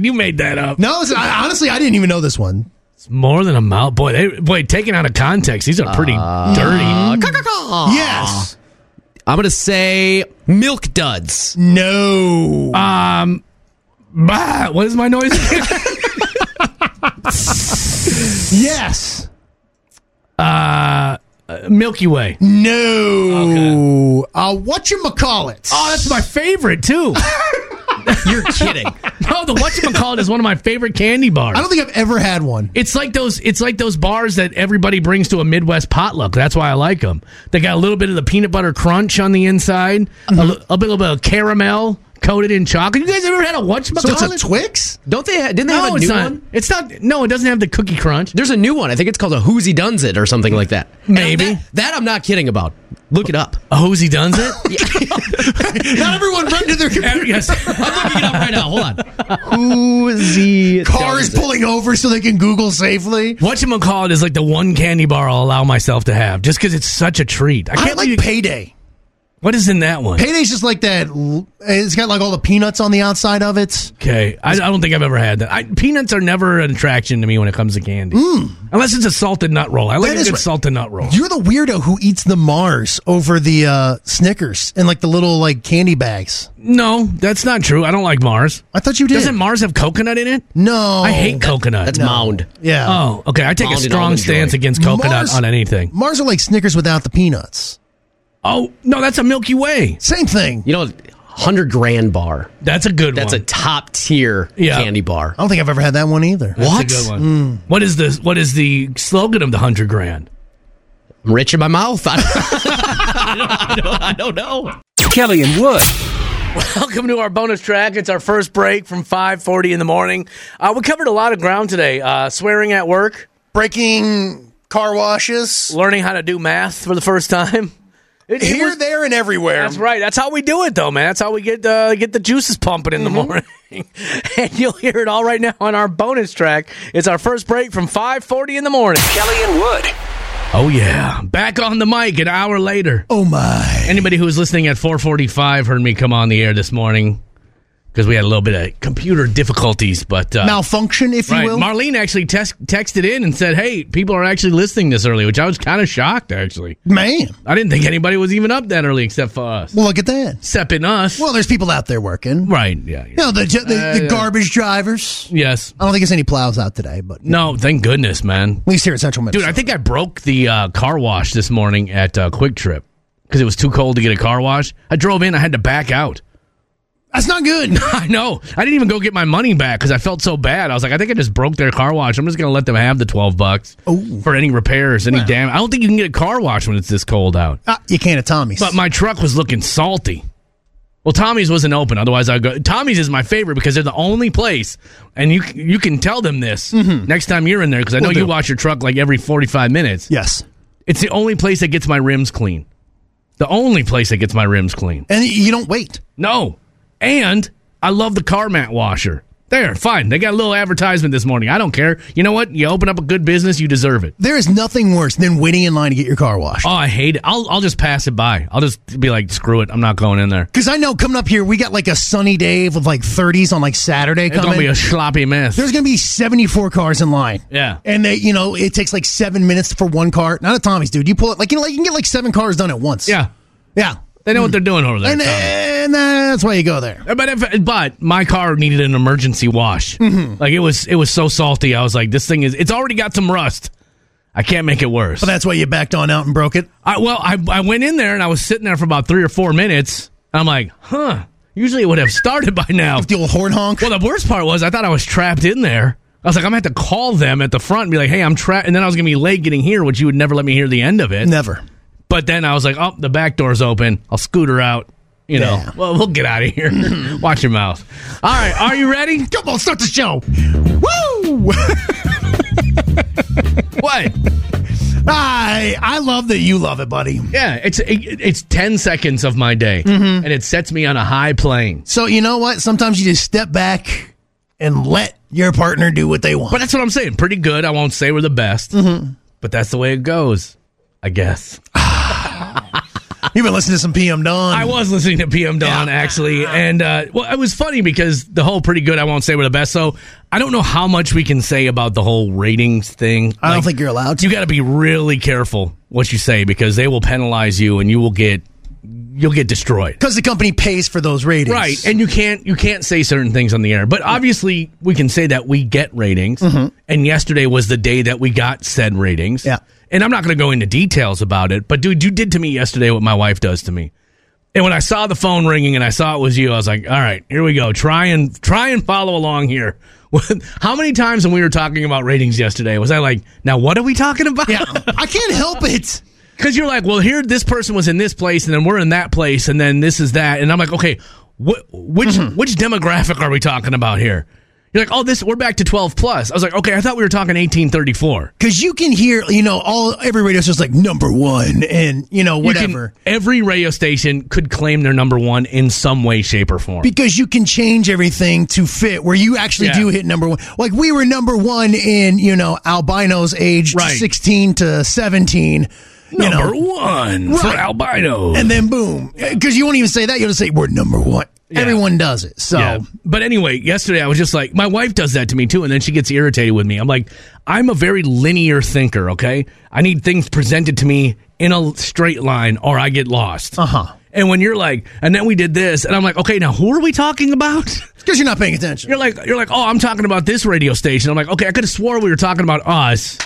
[SPEAKER 1] You made that up.
[SPEAKER 2] No, it's- I, honestly, I didn't even know this one.
[SPEAKER 1] It's more than a mouth. Boy, they, boy, taken out of context, these are pretty
[SPEAKER 2] Uh,
[SPEAKER 1] dirty.
[SPEAKER 2] Yes.
[SPEAKER 8] I'm going to say milk duds.
[SPEAKER 2] No.
[SPEAKER 1] Um, bah, what is my noise?
[SPEAKER 2] yes.
[SPEAKER 1] uh, Milky Way.
[SPEAKER 2] No. Uh, what you call it?
[SPEAKER 1] Oh, that's my favorite too.
[SPEAKER 8] You're kidding.
[SPEAKER 1] No, the whatchamacallit is one of my favorite candy bars.
[SPEAKER 2] I don't think I've ever had one.
[SPEAKER 1] It's like those. It's like those bars that everybody brings to a Midwest potluck. That's why I like them. They got a little bit of the peanut butter crunch on the inside, a,
[SPEAKER 2] Mm-hmm.
[SPEAKER 1] li- a little bit of caramel coated in chocolate. You guys ever had a whatchamacallit?
[SPEAKER 2] So it's a Twix.
[SPEAKER 8] Don't they? Ha- didn't they
[SPEAKER 1] no,
[SPEAKER 8] have a
[SPEAKER 1] it's
[SPEAKER 8] new
[SPEAKER 1] not.
[SPEAKER 8] one?
[SPEAKER 1] It's not. No, it doesn't have the cookie crunch.
[SPEAKER 8] There's a new one. I think it's called a Whoozy Duns It or something like that. And
[SPEAKER 1] Maybe.
[SPEAKER 8] that, that I'm not kidding about. Look it up.
[SPEAKER 1] A hosey does it.
[SPEAKER 2] Not everyone run to their computer.
[SPEAKER 1] yes.
[SPEAKER 8] I'm looking it up right now. Hold on.
[SPEAKER 2] Who's cars pulling over so they can Google safely?
[SPEAKER 1] Whatchamacallit is like the one candy bar I'll allow myself to have, just because it's such a treat. I
[SPEAKER 2] I,
[SPEAKER 1] can't
[SPEAKER 2] like
[SPEAKER 1] believe-
[SPEAKER 2] payday.
[SPEAKER 1] What is in that one?
[SPEAKER 2] Payday's just like that. l- It's got like all the peanuts on the outside of it.
[SPEAKER 1] Okay, I, I don't think I've ever had that. I, peanuts are never an attraction to me when it comes to candy, unless it's a salted nut roll. I like
[SPEAKER 2] That
[SPEAKER 1] a
[SPEAKER 2] is
[SPEAKER 1] good
[SPEAKER 2] right.
[SPEAKER 1] salted nut roll.
[SPEAKER 2] You're the weirdo who eats the Mars over the uh, Snickers and like the little like candy bags.
[SPEAKER 1] no, that's not true. I don't like Mars.
[SPEAKER 2] I thought you did.
[SPEAKER 1] Doesn't Mars have coconut in it?
[SPEAKER 2] no,
[SPEAKER 1] I hate coconut.
[SPEAKER 8] That's mound.
[SPEAKER 2] Yeah.
[SPEAKER 1] Oh, okay. I take a
[SPEAKER 8] Mounded
[SPEAKER 1] strong
[SPEAKER 8] almond joy.
[SPEAKER 1] stance against coconut
[SPEAKER 2] Mars-
[SPEAKER 1] on anything.
[SPEAKER 2] Mars are like Snickers without the peanuts.
[SPEAKER 1] Oh no, that's a Milky Way.
[SPEAKER 2] Same thing.
[SPEAKER 8] You know, hundred grand bar.
[SPEAKER 1] That's a good
[SPEAKER 8] That's
[SPEAKER 1] one.
[SPEAKER 8] a top tier
[SPEAKER 1] Yeah.
[SPEAKER 8] candy
[SPEAKER 2] I
[SPEAKER 8] bar.
[SPEAKER 2] don't think I've ever had that one either.
[SPEAKER 1] That's a good one. Hmm. What is the What is the slogan of the hundred grand?
[SPEAKER 8] I'm rich in my mouth. I don't, I don't, I don't know.
[SPEAKER 7] Kelly and Wood.
[SPEAKER 1] Welcome to our bonus track. It's our first break from 5:40 in the morning. Uh, we covered a lot of ground today. Uh, swearing at work,
[SPEAKER 10] Breaking car washes
[SPEAKER 1] learning how to do math for the first time. It- it
[SPEAKER 10] here,
[SPEAKER 1] was-
[SPEAKER 10] there, and everywhere.
[SPEAKER 1] That's right. That's how we do it, though, man. That's how we get uh, get the juices pumping in the
[SPEAKER 10] Mm-hmm.
[SPEAKER 1] morning. and you'll hear it all right now on our bonus track. It's our first break from 5:40 in the morning.
[SPEAKER 3] Kelly and Wood.
[SPEAKER 1] Oh yeah, back on the mic an hour later.
[SPEAKER 2] Oh my.
[SPEAKER 1] Anybody who was listening at 4:45 heard me come on the air this morning because we had a little bit of computer difficulties, but. Uh,
[SPEAKER 2] Malfunction, if
[SPEAKER 1] Right.
[SPEAKER 2] you will.
[SPEAKER 1] Marlene actually tes- texted in and said, "Hey, people are actually listening this early," which I was kind of shocked. Actually,
[SPEAKER 2] Man.
[SPEAKER 1] I didn't think anybody was even up that early except for us,
[SPEAKER 2] Well, look at that.
[SPEAKER 1] except in us.
[SPEAKER 2] Well, there's people out there working.
[SPEAKER 1] right? Yeah. yeah.
[SPEAKER 2] You know, the, the, the garbage drivers.
[SPEAKER 1] Yes.
[SPEAKER 2] I don't think there's any plows out today, but
[SPEAKER 1] No. Thank goodness, man.
[SPEAKER 2] at least here at Central
[SPEAKER 1] Dude,
[SPEAKER 2] Minnesota.
[SPEAKER 1] I think I broke the uh, car wash this morning at uh, Quick Trip because it was too cold to get a car wash. I drove in. I had to back out.
[SPEAKER 2] That's not good.
[SPEAKER 1] I know. I didn't even go get my money back because I felt so bad. I was like, I think I just broke their car wash. I'm just gonna let them have the twelve bucks for any repairs, any damn. I don't think you can get a car wash when it's this cold out.
[SPEAKER 2] Ah, you can't at Tommy's.
[SPEAKER 1] But my truck was looking salty. Well, Tommy's wasn't open. Otherwise, I'd go. Tommy's is my favorite because they're the only place, and you you can tell them this next time you're in there because I know
[SPEAKER 2] Mm-hmm. Will
[SPEAKER 1] you
[SPEAKER 2] do.
[SPEAKER 1] wash your truck like every 45 minutes.
[SPEAKER 2] yes.
[SPEAKER 1] It's the only place that gets my rims clean. The only place that gets my rims clean.
[SPEAKER 2] And you don't wait.
[SPEAKER 1] No. And I love the car mat washer. There, fine. They got a little advertisement this morning. I don't care. You know what? You open up a good business, you deserve it.
[SPEAKER 2] There is nothing worse than waiting in line to get your car washed.
[SPEAKER 1] Oh, I hate it. I'll, I'll just pass it by. I'll just be like, screw it. I'm not going in there.
[SPEAKER 2] Because I know coming up here, we got like a sunny day with like 30s on like Saturday
[SPEAKER 1] It's going
[SPEAKER 2] coming.
[SPEAKER 1] to be a sloppy mess.
[SPEAKER 2] There's going to be 74 cars in line.
[SPEAKER 1] Yeah.
[SPEAKER 2] And they, you know, it takes like seven minutes for one car. Not at Tommy's, dude. You pull it, like, you know, like you can get like seven cars done at once.
[SPEAKER 1] yeah.
[SPEAKER 2] Yeah.
[SPEAKER 1] They know what they're doing over there.
[SPEAKER 2] And,
[SPEAKER 1] Tommy.
[SPEAKER 2] and that's why you go there.
[SPEAKER 1] But if, but my car needed an emergency wash.
[SPEAKER 2] Mm-hmm.
[SPEAKER 1] Like it was it was so salty. I was like, this thing is it's already got some rust. I can't make it worse.
[SPEAKER 2] But that's why you backed on out and broke it.
[SPEAKER 1] I, well, I, I went in there and I was sitting there for about three or four minutes. And I'm like, huh. Usually it would have started by now.
[SPEAKER 2] The old horn honk.
[SPEAKER 1] Well, the worst part was I thought I was trapped in there. I was like, I'm gonna have to call them at the front and be like, "Hey, I'm trapped," and then I was gonna be late getting here, which you would never let me hear the end of it.
[SPEAKER 2] Never.
[SPEAKER 1] But then I was like, "Oh, the back door's open. I'll scooter out." You know,
[SPEAKER 2] Yeah.
[SPEAKER 1] well, we'll get out of here. Watch your mouth. All right, are you ready?
[SPEAKER 2] Come on, start the show. Woo!
[SPEAKER 1] what?
[SPEAKER 2] I I love that you love it, buddy.
[SPEAKER 1] Yeah, it's it, it's ten seconds of my day,
[SPEAKER 2] Mm-hmm.
[SPEAKER 1] and it sets me on a high plane.
[SPEAKER 2] So you know what? Sometimes you just step back and let your partner do what they want.
[SPEAKER 1] But that's what I'm saying. Pretty good. I won't say we're the best,
[SPEAKER 2] Mm-hmm.
[SPEAKER 1] but that's the way it goes, I guess.
[SPEAKER 2] You've been listening to some PM Don.
[SPEAKER 1] I was listening to PM Don actually, and uh, well, it was funny because the whole pretty good. I won't say we're the best, so I don't know how much we can say about the whole ratings thing.
[SPEAKER 2] I don't think you're allowed to.
[SPEAKER 1] You got to be really careful what you say because they will penalize you, and you will get you'll get destroyed.
[SPEAKER 2] because the company pays for those ratings,
[SPEAKER 1] Right, and you can't you can't say certain things on the air. But obviously, we can say that we get ratings, and yesterday was the day that we got said ratings. Mm-hmm. Yeah, and I'm not going to go into details about it, but dude, you did to me yesterday what my wife does to me. And when I saw the phone ringing and I saw it was you, I was like, "All right, here we go. Try and try and follow along here." How many times when we were talking about ratings yesterday was I like, "Now what are we talking about?" Yeah,
[SPEAKER 2] I can't help it.
[SPEAKER 1] Because you're like, well, here this person was in this place, and then we're in that place, and then this is that, and I'm like, okay, wh- which
[SPEAKER 2] Mm-hmm.
[SPEAKER 1] which demographic are we talking about here? You're like, oh, this we're back to 12 plus. I was like, okay, I thought we were talking 1834.
[SPEAKER 2] Because you can hear, you know, all every radio station's like number one, and you know
[SPEAKER 1] You can-
[SPEAKER 2] whatever.
[SPEAKER 1] every radio station could claim they're number one in some way, shape, or form.
[SPEAKER 2] because you can change everything to fit where you actually
[SPEAKER 1] Yeah.
[SPEAKER 2] do hit number one. Like we were number one in, you know, albinos aged
[SPEAKER 1] Right.
[SPEAKER 2] 16 to 17. you know.
[SPEAKER 1] Number one for albinos.
[SPEAKER 2] And then boom. Because you won't even say that. You'll just say, we're number one. Everyone does it. So
[SPEAKER 1] Yeah. But anyway, yesterday I was just like, my wife does that to me too, and then she gets irritated with me. I'm like, I'm a very linear thinker, okay? I need things presented to me in a straight line or I get lost. Uh huh. And when you're like, and then we did this, and I'm like, okay, now who are we talking about?
[SPEAKER 2] because you're not paying attention.
[SPEAKER 1] You're like, you're like, oh, I'm talking about this radio station. I'm like, okay, I could have swore we were talking about us.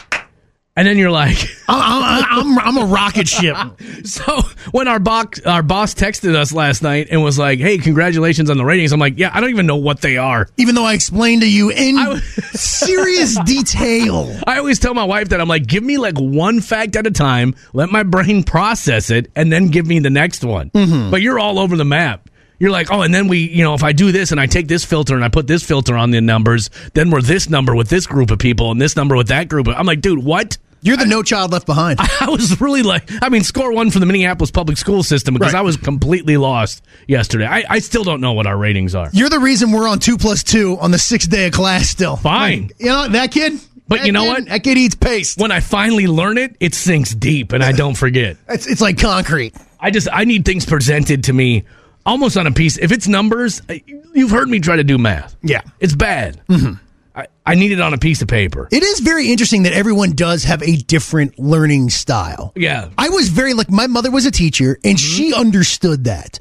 [SPEAKER 1] And then you're like,
[SPEAKER 2] I'm, I'm, I'm, I'm a rocket ship.
[SPEAKER 1] so when our box, our boss texted us last night and was like, hey, congratulations on the ratings. I'm like, yeah, I don't even know what they are.
[SPEAKER 2] Even though I explained to you in serious detail.
[SPEAKER 1] I always tell my wife that I'm like, give me like one fact at a time, let my brain process it, and then give me the next one. But you're all over the map. You're like, oh, and then we, you know, if I do this and I take this filter and I put this filter on the numbers, then we're this number with this group of people and this number with that group. of-" I'm like, dude, what?
[SPEAKER 2] You're the no child left behind.
[SPEAKER 1] I was really like, I mean, score one for the Minneapolis public school system because I was completely lost yesterday. I, I still don't know what our ratings are.
[SPEAKER 2] You're the reason we're on two plus two on the sixth day of class still.
[SPEAKER 1] Fine.
[SPEAKER 2] Like, you know, that kid.
[SPEAKER 1] But
[SPEAKER 2] that
[SPEAKER 1] you know
[SPEAKER 2] kid-
[SPEAKER 1] what?
[SPEAKER 2] That kid eats paste.
[SPEAKER 1] When I finally learn it, it sinks deep and I don't forget.
[SPEAKER 2] It's, it's like concrete.
[SPEAKER 1] I just I need things presented to me almost on a piece. If it's numbers, I- you've heard me try to do math.
[SPEAKER 2] Yeah. Mm-hmm.
[SPEAKER 1] It's bad. I, I need it on a piece of paper.
[SPEAKER 2] It is very interesting that everyone does have a different learning style.
[SPEAKER 1] Yeah.
[SPEAKER 2] I was very like my mother was a teacher and she
[SPEAKER 1] Mm-hmm.
[SPEAKER 2] understood that.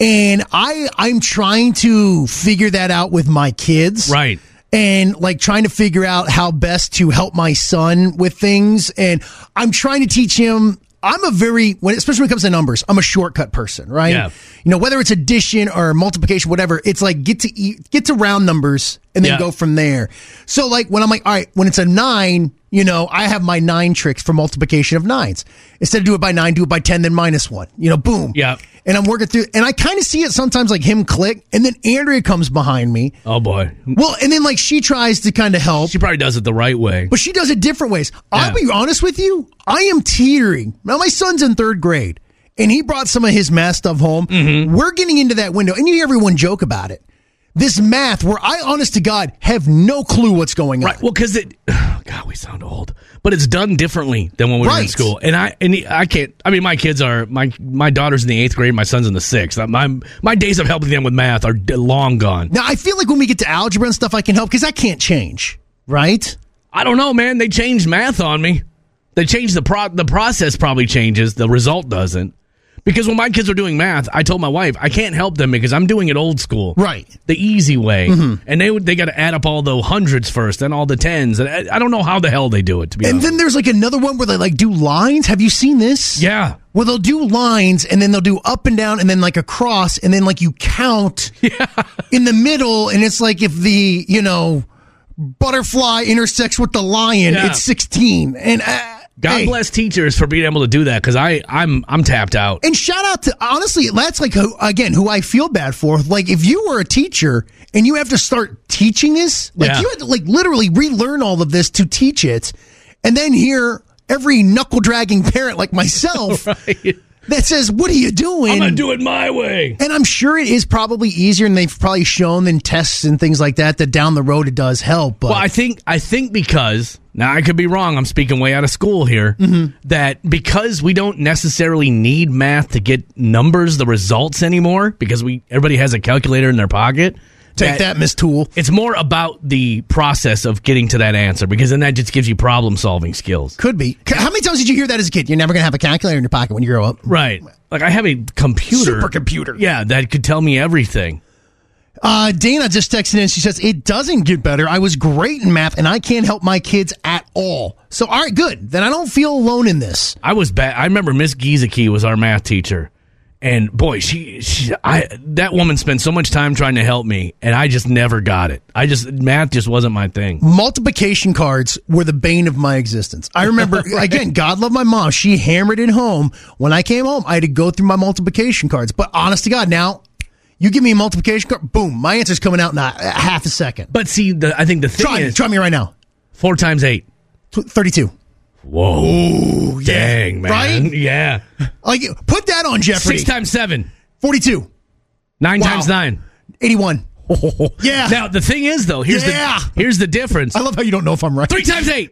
[SPEAKER 2] And I I'm trying to figure that out with my kids.
[SPEAKER 1] Right.
[SPEAKER 2] And like trying to figure out how best to help my son with things and I'm trying to teach him I'm a very when especially when it comes to numbers, I'm a shortcut person, right?
[SPEAKER 1] Yeah.
[SPEAKER 2] You know, whether it's addition or multiplication whatever, it's like get to e- get to round numbers and then
[SPEAKER 1] Yeah.
[SPEAKER 2] go from there. So like when I'm like, all right, when it's a nine, you know, I have my nine tricks for multiplication of nines. Instead of do it by nine, do it by ten, then minus one. You know, boom.
[SPEAKER 1] Yeah.
[SPEAKER 2] And I'm working through, and I kind of see it sometimes like him click, and then Andrea comes behind me.
[SPEAKER 1] Oh boy.
[SPEAKER 2] Well, and then like she tries to kind of help,
[SPEAKER 1] She probably does it the right way.
[SPEAKER 2] but she does it different ways. I'll be honest with you, I am teetering. Now my son's in third grade, and he brought some of his math stuff home. We're getting into that window, and you hear everyone joke about it. This math, where I, honest to God, have no clue what's going on.
[SPEAKER 1] Right. Well, because it, God, we sound old, but it's done differently than when we were in
[SPEAKER 2] Right.
[SPEAKER 1] school. And I, and I can't. I mean, my kids are my my daughter's in the eighth grade, my son's in the sixth. My my days of helping them with math are d- long gone.
[SPEAKER 2] Now I feel like when we get to algebra and stuff, I can help because I can't change, right?
[SPEAKER 1] I don't know, man. They changed math on me. They changed the pro- the process probably changes, the result doesn't. Because when my kids were doing math, I told my wife I can't help them because I'm doing it old school,
[SPEAKER 2] Right.
[SPEAKER 1] The easy way,
[SPEAKER 2] Mhm.
[SPEAKER 1] and they would they got to add up all the hundreds first, then all the tens, and I, I don't know how the hell they do it to be
[SPEAKER 2] And
[SPEAKER 1] honest.
[SPEAKER 2] then there's like another one where they like do lines. Have you seen this?
[SPEAKER 1] yeah,
[SPEAKER 2] Where they'll do lines and then they'll do up and down and then like a cross and then like you count in the middle and it's like if the you know butterfly intersects with the lion
[SPEAKER 1] Yeah.
[SPEAKER 2] at 16. And uh,
[SPEAKER 1] God
[SPEAKER 2] hey.
[SPEAKER 1] bless teachers for being able to do that because I I'm I'm tapped out.
[SPEAKER 2] And shout out to honestly, that's like who, again who I feel bad for. Like if you were a teacher and you have to start teaching this, like
[SPEAKER 1] Yeah.
[SPEAKER 2] you had to like literally relearn all of this to teach it, and then hear every knuckle dragging parent like myself that says, "What are you doing?
[SPEAKER 1] I'm gonna do it my way."
[SPEAKER 2] And I'm sure it is probably easier, and they've probably shown in tests and things like that that down the road it does help. But
[SPEAKER 1] well, I think I think because now I could be wrong. I'm speaking way out of school here.
[SPEAKER 2] Mm-hmm.
[SPEAKER 1] That because we don't necessarily need math to get numbers, the results anymore, because we everybody has a calculator in their pocket.
[SPEAKER 2] Take that, Miss Tool.
[SPEAKER 1] It's more about the process of getting to that answer, because then that just gives you problem solving skills.
[SPEAKER 2] could be. C- How many times did you hear that as a kid? You're never gonna have a calculator in your pocket when you grow up.
[SPEAKER 1] Right. Like I have a computer,
[SPEAKER 2] supercomputer.
[SPEAKER 1] Yeah, that could tell me everything.
[SPEAKER 2] Uh, Dana just texted in. She says, It doesn't get better. I was great in math and I can't help my kids at all. So, all right, good. Then I don't feel alone in this.
[SPEAKER 1] I was bad. I remember Miss Gizaki was our math teacher, and boy, she, she I that woman spent so much time trying to help me, and I just never got it. I just math just wasn't my thing.
[SPEAKER 2] Multiplication cards were the bane of my existence. I remember, again, God love my mom. She hammered it home. When I came home, I had to go through my multiplication cards. But honest to God, now you give me a multiplication card, boom, my answer's coming out in a, a half a second.
[SPEAKER 1] But see, the, I think the thing
[SPEAKER 2] try me,
[SPEAKER 1] is,
[SPEAKER 2] try me right now.
[SPEAKER 1] four times eight,
[SPEAKER 2] Tw- 32.
[SPEAKER 1] Whoa,
[SPEAKER 2] Ooh, yeah.
[SPEAKER 1] dang man,
[SPEAKER 2] Right?
[SPEAKER 1] yeah,
[SPEAKER 2] Like, put that on Jeopardy.
[SPEAKER 1] six times seven,
[SPEAKER 2] 42.
[SPEAKER 1] nine
[SPEAKER 2] Wow.
[SPEAKER 1] times nine.
[SPEAKER 2] 81. Yeah.
[SPEAKER 1] Now the thing is though, here's
[SPEAKER 2] Yeah.
[SPEAKER 1] the here's the difference.
[SPEAKER 2] I love how you don't know if I'm right.
[SPEAKER 1] Three Oh, times eight.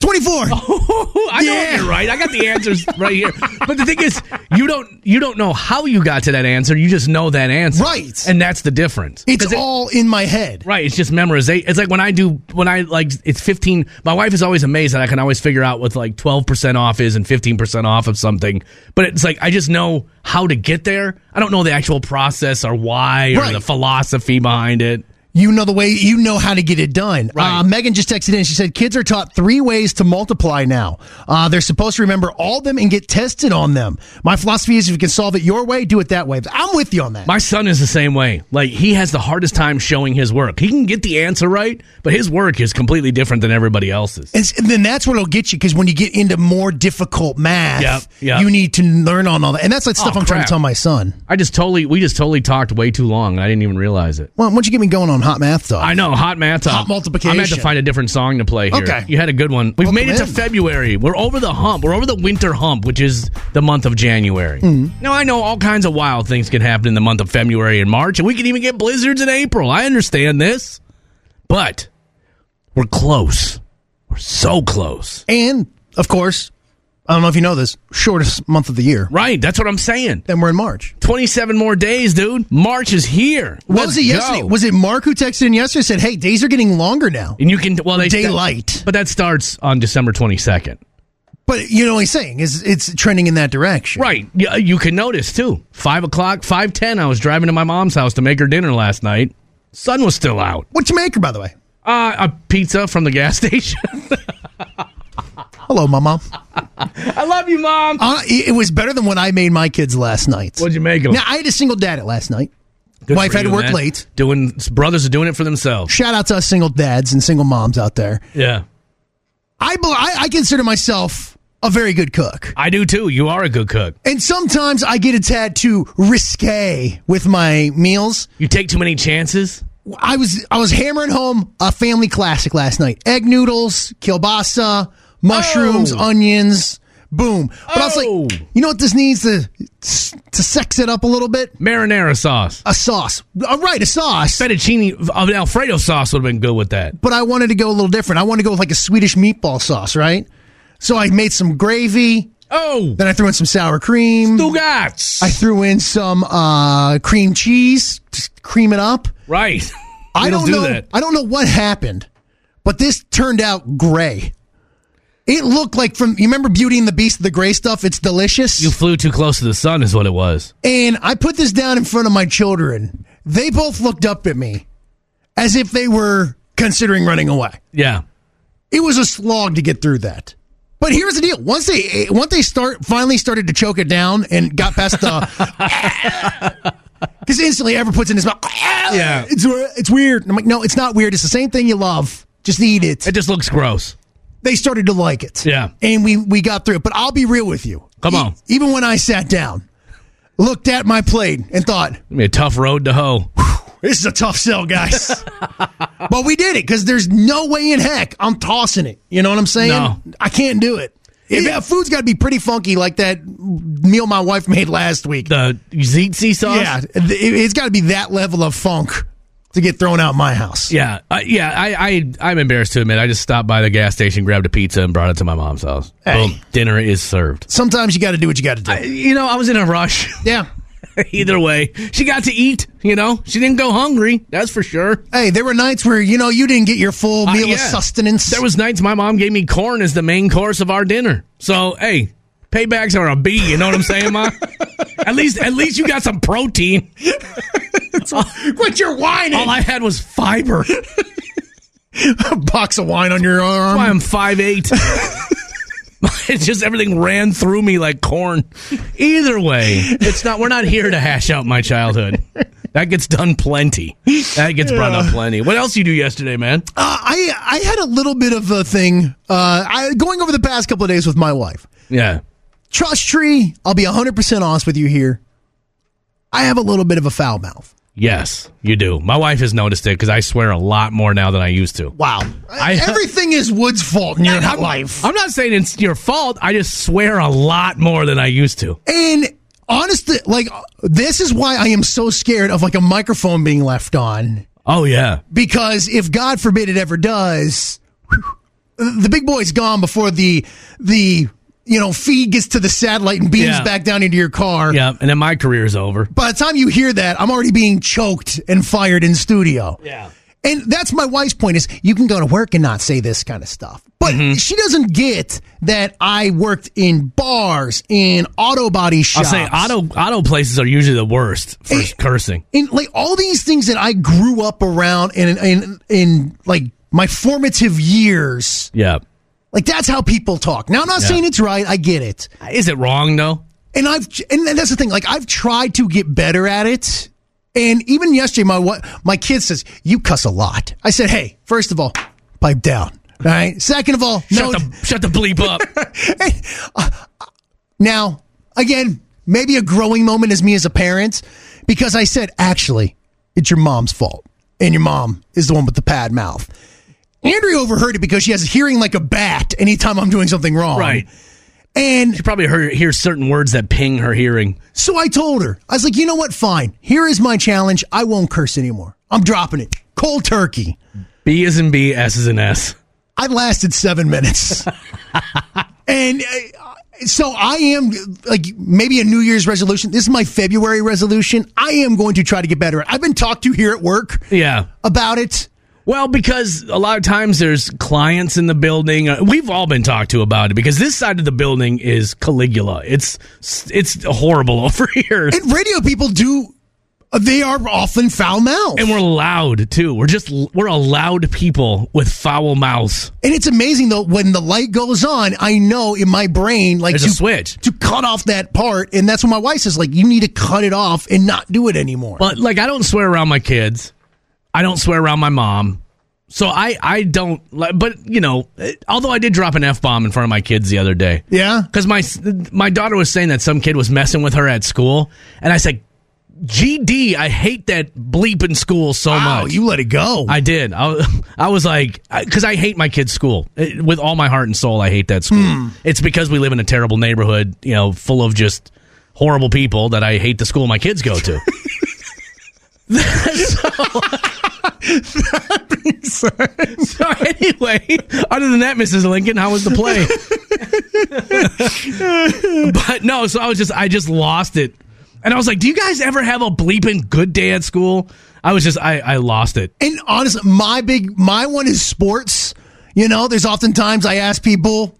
[SPEAKER 2] 24.
[SPEAKER 1] I know
[SPEAKER 2] Yeah.
[SPEAKER 1] you're right. I got the answers right here. But the thing is, you don't you don't know how you got to that answer. You just know that answer,
[SPEAKER 2] Right.
[SPEAKER 1] And that's the difference.
[SPEAKER 2] It's all in my head.
[SPEAKER 1] Right, it's just memorization. It's like when I do when I like it's fifteen. My wife is always amazed that I can always figure out what like twelve percent off is and fifteen percent off of something. But it's like I just know how to get there. I don't know the actual process or why or
[SPEAKER 2] Right.
[SPEAKER 1] the philosophy behind it.
[SPEAKER 2] You know the way, you know how to get it done. Uh, Megan just texted in. She said, Kids are taught three ways to multiply now. Uh, they're supposed to remember all of them and get tested on them. My philosophy is if you can solve it your way, do it that way. I'm with you on that.
[SPEAKER 1] My son is the same way. Like he has the hardest time showing his work. He can get the answer right, but his work is completely different than everybody else's.
[SPEAKER 2] And s- and then that's what'll get you because when you get into more difficult math,
[SPEAKER 1] Yep, yep.
[SPEAKER 2] you need to learn on all that. And that's like stuff
[SPEAKER 1] Oh,
[SPEAKER 2] I'm trying
[SPEAKER 1] crap.
[SPEAKER 2] to tell my son.
[SPEAKER 1] I just totally we just totally talked way too long. and I didn't even realize it.
[SPEAKER 2] Well, why don't you get me going on hot math stuff?
[SPEAKER 1] I know hot math. Hot
[SPEAKER 2] multiplication.
[SPEAKER 1] I'm gonna have to find a different song to play here.
[SPEAKER 2] Okay.
[SPEAKER 1] you had a good one. We've made it to
[SPEAKER 2] in.
[SPEAKER 1] February. We're over the hump. We're over the winter hump, which is the month of January.
[SPEAKER 2] Mm-hmm.
[SPEAKER 1] Now I know all kinds of wild things can happen in the month of February and March, and we can even get blizzards in April. I understand this, but we're close. We're so close.
[SPEAKER 2] And, of course, I don't know if you know this, shortest month of the year.
[SPEAKER 1] Right, that's what I'm saying.
[SPEAKER 2] Then we're in March.
[SPEAKER 1] 27 more days, dude. March is here.
[SPEAKER 2] What
[SPEAKER 1] Let's
[SPEAKER 2] was it yesterday?
[SPEAKER 1] go.
[SPEAKER 2] Was it Mark who texted in yesterday and said, "Hey, days are getting longer now."
[SPEAKER 1] and you can well they
[SPEAKER 2] Daylight.
[SPEAKER 1] but that starts on December 22nd.
[SPEAKER 2] But you know what he's saying is it's trending in that direction.
[SPEAKER 1] Right. Yeah, you can notice too. Five o'clock, five ten. I was driving to my mom's house to make her dinner last night. Sun was still out.
[SPEAKER 2] What'd you make her, by the way?
[SPEAKER 1] Uh, a pizza from the gas station.
[SPEAKER 2] Hello, my mom.
[SPEAKER 1] I love you, mom.
[SPEAKER 2] Uh, it it was better than what I made my kids last night.
[SPEAKER 1] What'd you make 'em?
[SPEAKER 2] Now I had a single dad at last night.
[SPEAKER 1] Good
[SPEAKER 2] Wife
[SPEAKER 1] for
[SPEAKER 2] had to
[SPEAKER 1] you,
[SPEAKER 2] work
[SPEAKER 1] man.
[SPEAKER 2] late.
[SPEAKER 1] Doing brothers are doing it for themselves.
[SPEAKER 2] Shout out to us single dads and single moms out there.
[SPEAKER 1] Yeah,
[SPEAKER 2] I bel- I, I consider myself a very good cook,
[SPEAKER 1] I do too. You are a good cook.
[SPEAKER 2] and sometimes I get a tad too risque with my meals.
[SPEAKER 1] You take too many chances.
[SPEAKER 2] I was I was hammering home a family classic last night: egg noodles, kielbasa, mushrooms,
[SPEAKER 1] Oh.
[SPEAKER 2] onions. Boom! But I was
[SPEAKER 1] Oh.
[SPEAKER 2] like, you know what? This needs to to sex it up a little bit.
[SPEAKER 1] Marinara sauce,
[SPEAKER 2] A sauce, all right, a sauce.
[SPEAKER 1] fettuccine, of an Alfredo sauce would have been good with that.
[SPEAKER 2] But I wanted to go a little different. I wanted to go with like a Swedish meatball sauce, right? So I made some gravy.
[SPEAKER 1] Oh,
[SPEAKER 2] Then I threw in some sour cream.
[SPEAKER 1] Stugats.
[SPEAKER 2] I threw in some uh, cream cheese. Just cream it up.
[SPEAKER 1] right.
[SPEAKER 2] I
[SPEAKER 1] It'll
[SPEAKER 2] don't
[SPEAKER 1] do
[SPEAKER 2] know.
[SPEAKER 1] that.
[SPEAKER 2] I don't know what happened, but this turned out gray. It looked like from you remember Beauty and the Beast, the gray stuff. It's delicious.
[SPEAKER 1] You flew too close to the sun, is what it was.
[SPEAKER 2] and I put this down in front of my children. They both looked up at me as if they were considering running away.
[SPEAKER 1] Yeah.
[SPEAKER 2] It was a slog to get through that. But here's the deal: once they once they start finally started to choke it down and got past the because instantly ever puts in his mouth.
[SPEAKER 1] Yeah.
[SPEAKER 2] it's it's weird. I'm like, no, it's not weird. It's the same thing you love. Just eat it. It
[SPEAKER 1] just looks gross.
[SPEAKER 2] They started to like it.
[SPEAKER 1] Yeah.
[SPEAKER 2] And we we got through it. But I'll be real with you. E,
[SPEAKER 1] Come on.
[SPEAKER 2] Even when I sat down, looked at my plate and thought,
[SPEAKER 1] It'll be a tough road to hoe.
[SPEAKER 2] this is a tough sell, guys. but we did it because there's no way in heck I'm tossing it. You know what I'm saying?
[SPEAKER 1] No.
[SPEAKER 2] I can't do it. If that food's got to be pretty funky, like that meal my wife made last week.
[SPEAKER 1] The tzatziki sauce?
[SPEAKER 2] Yeah, th- it, it's got to be that level of funk to get thrown out my house.
[SPEAKER 1] Yeah, uh, yeah. I, I, I'm embarrassed to admit. I just stopped by the gas station, grabbed a pizza, and brought it to my mom's house.
[SPEAKER 2] Hey.
[SPEAKER 1] Boom, dinner is served.
[SPEAKER 2] Sometimes you got to do what you got to do.
[SPEAKER 1] you know, I was in a rush.
[SPEAKER 2] Yeah.
[SPEAKER 1] Either way, she got to eat. You know, she didn't go hungry. That's for sure.
[SPEAKER 2] Hey, there were nights where you know you didn't get your full
[SPEAKER 1] Uh,
[SPEAKER 2] meal
[SPEAKER 1] yeah.
[SPEAKER 2] of sustenance.
[SPEAKER 1] There was nights my mom gave me corn as the main course of our dinner. So hey, paybacks are a B. You know what I'm saying, ma? at least, at least you got some protein.
[SPEAKER 2] Quit your whining.
[SPEAKER 1] All I had was fiber.
[SPEAKER 2] a box of wine on your arm.
[SPEAKER 1] why I'm five eight. it's just everything ran through me like corn. Either way, it's not. We're not here to hash out my childhood. That gets done plenty. That gets brought up plenty. What else you do yesterday, man?
[SPEAKER 2] Uh, I I had a little bit of a thing uh, I, going over the past couple of days with my wife.
[SPEAKER 1] Yeah.
[SPEAKER 2] Trust tree. I'll be hundred percent honest with you here. I have a little bit of a foul mouth.
[SPEAKER 1] Yes, you do. My wife has noticed it because I swear a lot more now than I used to.
[SPEAKER 2] Wow. Everything is Wood's fault in your life.
[SPEAKER 1] I'm not saying it's your fault. I just swear a lot more than I used to.
[SPEAKER 2] And honestly, like this is why I am so scared of like a microphone being left on.
[SPEAKER 1] Oh yeah.
[SPEAKER 2] because if God forbid it ever does, whew, the big boy's gone before the the you know feed gets to the satellite and beams
[SPEAKER 1] Yeah.
[SPEAKER 2] back down into your car.
[SPEAKER 1] Yeah, and then my career's over.
[SPEAKER 2] By the time you hear that, I'm already being choked and fired in studio.
[SPEAKER 1] Yeah.
[SPEAKER 2] And that's my wife's point is you can go to work and not say this kind of stuff. But
[SPEAKER 1] Mm-hmm.
[SPEAKER 2] she doesn't get that I worked in bars, in auto body
[SPEAKER 1] I'll
[SPEAKER 2] shops.
[SPEAKER 1] say auto auto places are usually the worst for cursing.
[SPEAKER 2] in like all these things that I grew up around in in in like my formative years.
[SPEAKER 1] Yeah.
[SPEAKER 2] Like that's how people talk. Now I'm not
[SPEAKER 1] Yeah.
[SPEAKER 2] saying it's right. I get it.
[SPEAKER 1] Is it wrong though?
[SPEAKER 2] And I've and that's the thing. Like I've tried to get better at it. And even yesterday, my what my kid says you cuss a lot. I said, hey, first of all, pipe down. All right. Second of all,
[SPEAKER 1] Shut
[SPEAKER 2] no.
[SPEAKER 1] the shut the bleep up.
[SPEAKER 2] Now again, maybe a growing moment is me as a parent because I said actually it's your mom's fault and your mom is the one with the pad mouth. Andrea overheard it because she has hearing like a bat anytime I'm doing something wrong.
[SPEAKER 1] Right.
[SPEAKER 2] And
[SPEAKER 1] She probably hear, hear certain words that ping her hearing.
[SPEAKER 2] So I told her, I was like, you know what? Fine. Here is my challenge. I won't curse anymore. I'm dropping it. Cold turkey.
[SPEAKER 1] B is in B, S is in S.
[SPEAKER 2] I lasted seven minutes. and uh, so I am like maybe a New Year's resolution. This is my February resolution. I am going to try to get better. at it. I've been talked to here at work
[SPEAKER 1] Yeah.
[SPEAKER 2] about it.
[SPEAKER 1] Well, because a lot of times there's clients in the building. Uh, We've all been talked to about it because this side of the building is Caligula. It's it's horrible over here.
[SPEAKER 2] And radio people do, uh, they are often foul mouthed.
[SPEAKER 1] And we're loud too. We're just we're a loud people with foul mouths.
[SPEAKER 2] And it's amazing though when the light goes on, I know in my brain like
[SPEAKER 1] There's a
[SPEAKER 2] to,
[SPEAKER 1] switch.
[SPEAKER 2] to cut off that part, and that's when my wife says like you need to cut it off and not do it anymore.
[SPEAKER 1] But like I don't swear around my kids. I don't swear around my mom. So I I don't like but you know, it- although I did drop an F bomb in front of my kids the other day.
[SPEAKER 2] Yeah.
[SPEAKER 1] Cuz my s- my daughter was saying that some kid was messing with her at school and I said GD, I hate that bleep in school so
[SPEAKER 2] Wow,
[SPEAKER 1] much.
[SPEAKER 2] you let it go.
[SPEAKER 1] I did. I, was- I was like, because I hate my kids' school It- with all my heart and soul. I hate that school. It's because we live in a terrible neighborhood, you know, full of just horrible people that I hate the school my kids go to. so anyway, other than that, Mrs. Lincoln, how was the play? but no, so I was just I just lost it. And I was like, Do you guys ever have a bleeping good day at school? I was just I, I lost it.
[SPEAKER 2] And honestly, my big my one is sports. You know, there's oftentimes I ask people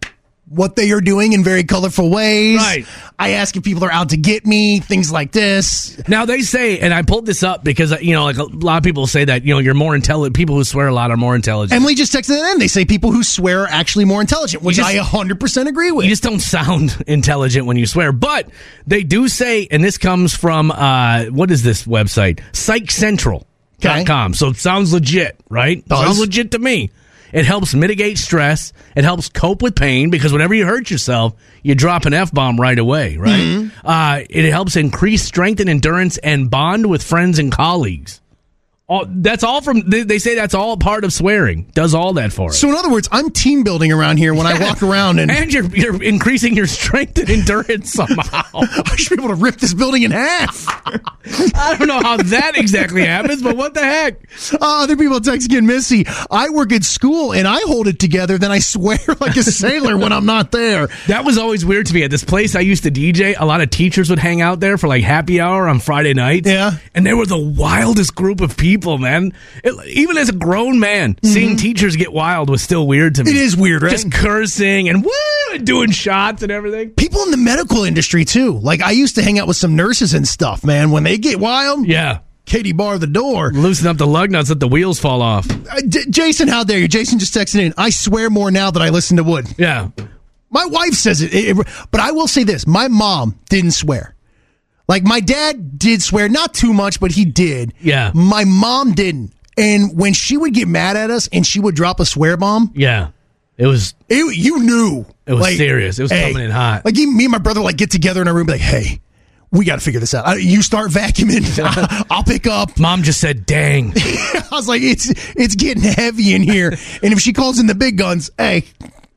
[SPEAKER 2] what they are doing in very colorful ways.
[SPEAKER 1] Right.
[SPEAKER 2] I ask if people are out to get me, things like this.
[SPEAKER 1] Now they say, and I pulled this up because you know, like a lot of people say that you know you're more intelligent. People who swear a lot are more intelligent.
[SPEAKER 2] Emily just texted it in. They say people who swear are actually more intelligent, which
[SPEAKER 1] You just-
[SPEAKER 2] I 100% agree with.
[SPEAKER 1] you just don't sound intelligent when you swear, but they do say, and this comes from uh, what is this website? PsychCentral.com. So it sounds legit, right?
[SPEAKER 2] Does.
[SPEAKER 1] Sounds legit to me. It helps mitigate stress. It helps cope with pain because whenever you hurt yourself, you drop an F bomb right away, right? Uh, it helps increase strength and endurance and bond with friends and colleagues. All, that's all from, they, they say that's all part of swearing, does all that for us.
[SPEAKER 2] So in other words, I'm team building around here when I walk around and
[SPEAKER 1] And you're, you're increasing your strength and endurance somehow. I
[SPEAKER 2] should be able to rip this building in half.
[SPEAKER 1] I don't know how that exactly happens, but what the heck?
[SPEAKER 2] Uh, other people text again, Missy. I work at school and I hold it together. Then I swear like a sailor when I'm not there.
[SPEAKER 1] That was always weird to me. At this place I used to DJ, a lot of teachers would hang out there for like happy hour on Friday nights. Yeah. And they were the wildest group of people, man. It- even as a grown man, seeing teachers get wild was still Mm-hmm. weird to me.
[SPEAKER 2] It is weird, right?
[SPEAKER 1] Just cursing and woo, and doing shots and everything.
[SPEAKER 2] People in the medical industry too. Like I used to hang out with some nurses and stuff. Man, when they get wild,
[SPEAKER 1] yeah.
[SPEAKER 2] Katie bar the door.
[SPEAKER 1] Loosen up the lug nuts, let the wheels fall off.
[SPEAKER 2] Uh, J- Jason, how dare you? Jason just texted in. I swear more now that I listen to Wood.
[SPEAKER 1] Yeah.
[SPEAKER 2] My wife says it, it- it- but I will say this: my mom didn't swear. Like my dad did swear, not too much, but he did.
[SPEAKER 1] Yeah.
[SPEAKER 2] My mom didn't, and when she would get mad at us and she would drop a swear bomb,
[SPEAKER 1] Yeah. It was
[SPEAKER 2] it, you knew
[SPEAKER 1] It was serious. It was coming in hot.
[SPEAKER 2] Like me and my brother like get together in our room, be like, hey. We got to figure this out. I- You start vacuuming. I'll pick up.
[SPEAKER 1] Mom just said, "Dang."
[SPEAKER 2] I was like, it's it's getting heavy in here. And if she calls in the big guns, hey,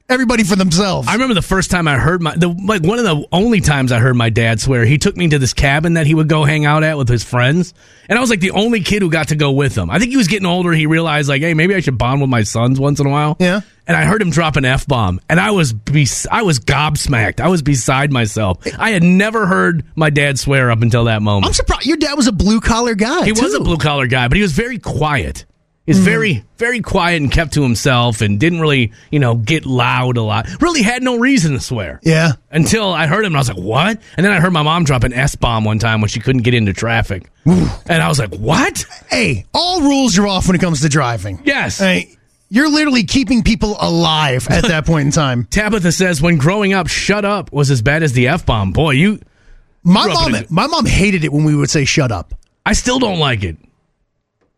[SPEAKER 2] everybody for themselves.
[SPEAKER 1] I remember the first time I heard my the like one of the only times I heard my dad swear. He took me to this cabin that he would go hang out at with his friends, and I was like the only kid who got to go with him. I think he was getting older. He realized like, hey, maybe I should bond with my sons once in a while. Yeah. And I heard him drop an f bomb, and I was bes- I was gobsmacked. I was beside myself. I had never heard my dad swear up until that moment.
[SPEAKER 2] I'm surprised your dad was a blue collar guy.
[SPEAKER 1] He was
[SPEAKER 2] too.
[SPEAKER 1] a blue collar guy, but he was very quiet. He's very, very quiet and kept to himself and didn't really, you know, get loud a lot. Really had no reason to swear.
[SPEAKER 2] Yeah.
[SPEAKER 1] Until I heard him and I was like, what? And then I heard my mom drop an S bomb one time when she couldn't get into traffic. and I was like, what?
[SPEAKER 2] Hey, all rules are off when it comes to driving.
[SPEAKER 1] Yes.
[SPEAKER 2] Hey, you're literally keeping people alive at that point in time.
[SPEAKER 1] Tabitha says, when growing up, shut up was as bad as the F bomb. Boy, you.
[SPEAKER 2] My
[SPEAKER 1] grew up in
[SPEAKER 2] mom,
[SPEAKER 1] a-
[SPEAKER 2] my mom hated it when we would say "shut up."
[SPEAKER 1] I still don't like it.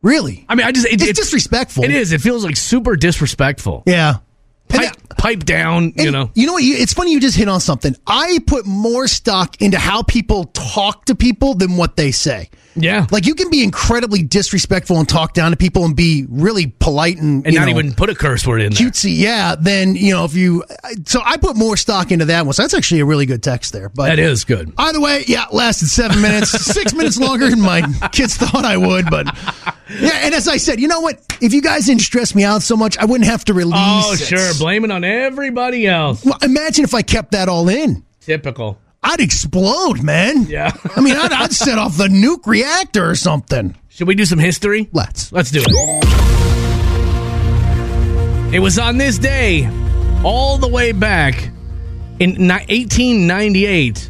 [SPEAKER 2] Really?
[SPEAKER 1] I mean, I just. It,
[SPEAKER 2] It's
[SPEAKER 1] it-
[SPEAKER 2] disrespectful.
[SPEAKER 1] It is. It feels like super disrespectful.
[SPEAKER 2] Yeah.
[SPEAKER 1] Pipe, pipe down, you know.
[SPEAKER 2] You know what? You, it's funny you just hit on something. I put more stock into how people talk to people than what they say.
[SPEAKER 1] Yeah.
[SPEAKER 2] Like you can be incredibly disrespectful and talk down to people and be really polite and,
[SPEAKER 1] And
[SPEAKER 2] you
[SPEAKER 1] not
[SPEAKER 2] know,
[SPEAKER 1] even put a curse word in there.
[SPEAKER 2] cutesy. Yeah. Then, you know, if you, I- so I put more stock into that one. So that's actually a really good text there. But
[SPEAKER 1] That is good.
[SPEAKER 2] Either way, yeah, it lasted seven minutes, six minutes longer than my kids thought I would, but yeah. And as I said, you know what? If you guys didn't stress me out so much, I wouldn't have to release.
[SPEAKER 1] Oh,
[SPEAKER 2] it.
[SPEAKER 1] sure. Blame it on everybody else.
[SPEAKER 2] Well, imagine if I kept that all in.
[SPEAKER 1] Typical.
[SPEAKER 2] I'd explode, man.
[SPEAKER 1] Yeah.
[SPEAKER 2] I mean, I'd, I'd set off the nuke reactor or something.
[SPEAKER 1] Should we do some history?
[SPEAKER 2] Let's.
[SPEAKER 1] Let's do it. It was on this day, all the way back in ni- 1898.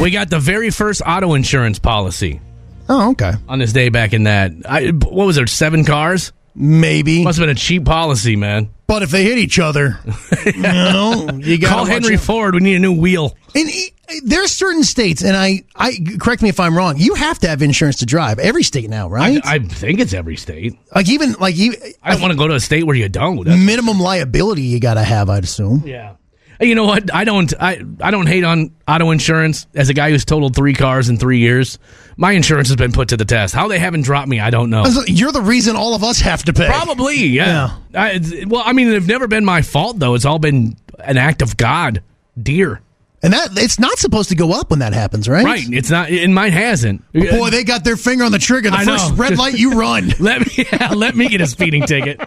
[SPEAKER 1] We got the very first auto insurance policy
[SPEAKER 2] Oh, okay.
[SPEAKER 1] on this day back in that. I, what was there? Seven cars?
[SPEAKER 2] Maybe.
[SPEAKER 1] Must have been a cheap policy, man.
[SPEAKER 2] But if they hit each other, you know, you got
[SPEAKER 1] Call Henry Ford. We need a new wheel.
[SPEAKER 2] And e- there are certain states, and I, I correct me if I'm wrong. You have to have insurance to drive. Every state now, right?
[SPEAKER 1] I think it's every state.
[SPEAKER 2] like even like you,
[SPEAKER 1] I don't want to go to a state where you don't.
[SPEAKER 2] minimum liability you got to have. I'd assume.
[SPEAKER 1] Yeah. Hey, You know what? I don't. I I don't hate on auto insurance. As a guy who's totaled three cars in three years, my insurance has been put to the test. How they haven't dropped me, I don't know.
[SPEAKER 2] You're the reason all of us have to pay.
[SPEAKER 1] Probably, yeah. I, it's- well, I mean, it's never been my fault though. It's all been an act of God, dear.
[SPEAKER 2] And that it's not supposed to go up when that happens, right?
[SPEAKER 1] Right? It's not. And mine hasn't.
[SPEAKER 2] But boy, they got their finger on the trigger. The
[SPEAKER 1] I know.
[SPEAKER 2] first red light, you run.
[SPEAKER 1] Let me yeah, let me get a speeding ticket.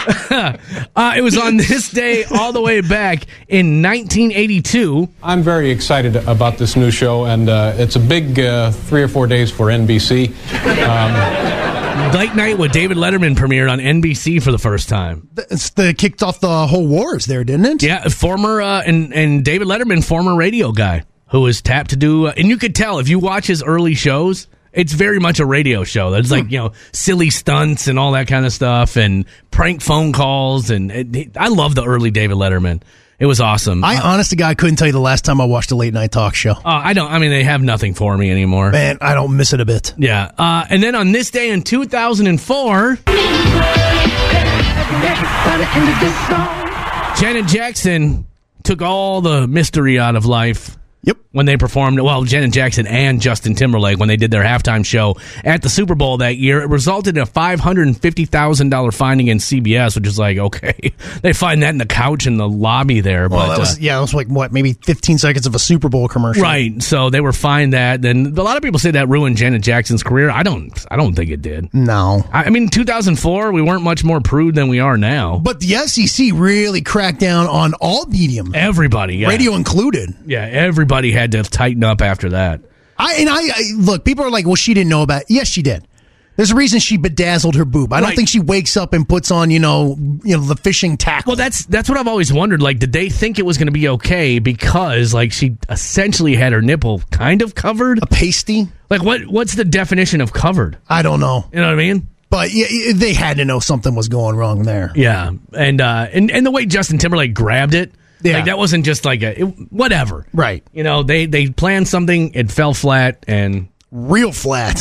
[SPEAKER 1] uh, it was on this day all the way back in 1982.
[SPEAKER 15] I'm very excited about this new show, and uh, it's a big uh, three or four days for NBC.
[SPEAKER 1] Late Night with David Letterman premiered on NBC for the first time.
[SPEAKER 2] It's the kicked off the whole wars there, didn't it?
[SPEAKER 1] Yeah, former uh, and and David Letterman, former radio guy, who was tapped to do, uh, and you could tell if you watch his early shows, it's very much a radio show. It's
[SPEAKER 2] Hmm.
[SPEAKER 1] like you know silly stunts and all that kind of stuff, and prank phone calls, and it, I love the early David Letterman. It was awesome.
[SPEAKER 2] I
[SPEAKER 1] Uh,
[SPEAKER 2] honest to God couldn't tell you the last time I watched a late night talk show.
[SPEAKER 1] uh, I don't. I mean, they have nothing for me anymore.
[SPEAKER 2] Man, I don't miss it a bit.
[SPEAKER 1] Yeah. Uh, and then on this day in 2004, Janet Jackson took all the mystery out of life.
[SPEAKER 2] Yep.
[SPEAKER 1] When they performed, well, Janet Jackson and Justin Timberlake, when they did their halftime show at the Super Bowl that year, it resulted in a $550,000 fine against CBS, which is like, okay, they find that in the couch in the lobby there. but
[SPEAKER 2] Well, that
[SPEAKER 1] uh,
[SPEAKER 2] was yeah, that was like what maybe 15 seconds of a Super Bowl commercial.
[SPEAKER 1] Right. So they were fined that. Then a lot of people say that ruined Janet Jackson's career. I don't. I don't think it did.
[SPEAKER 2] No.
[SPEAKER 1] I, I mean, 2004, we weren't much more prude than we are now.
[SPEAKER 2] But the SEC really cracked down on all medium,
[SPEAKER 1] Everybody, yeah.
[SPEAKER 2] radio included.
[SPEAKER 1] yeah, everybody had to tighten up after that.
[SPEAKER 2] I and I, I look. People are like, "Well, she didn't know about." Yes, she did. There's a reason she bedazzled her boob. I don't
[SPEAKER 1] Right.
[SPEAKER 2] think she wakes up and puts on, you know, you know, the fishing tackle.
[SPEAKER 1] Well, that's that's what I've always wondered. Like, did they think it was going to be okay because like she essentially had her nipple kind of covered, a
[SPEAKER 2] pasty?
[SPEAKER 1] Like, what what's the definition of covered?
[SPEAKER 2] I don't know.
[SPEAKER 1] You know what I mean?
[SPEAKER 2] But yeah, y- they had to know something was going wrong there.
[SPEAKER 1] Yeah, and uh, and and the way Justin Timberlake grabbed it,
[SPEAKER 2] Yeah.
[SPEAKER 1] like that wasn't just like a it- whatever,
[SPEAKER 2] Right.
[SPEAKER 1] You know, they they planned something, it fell flat, and
[SPEAKER 2] real flat.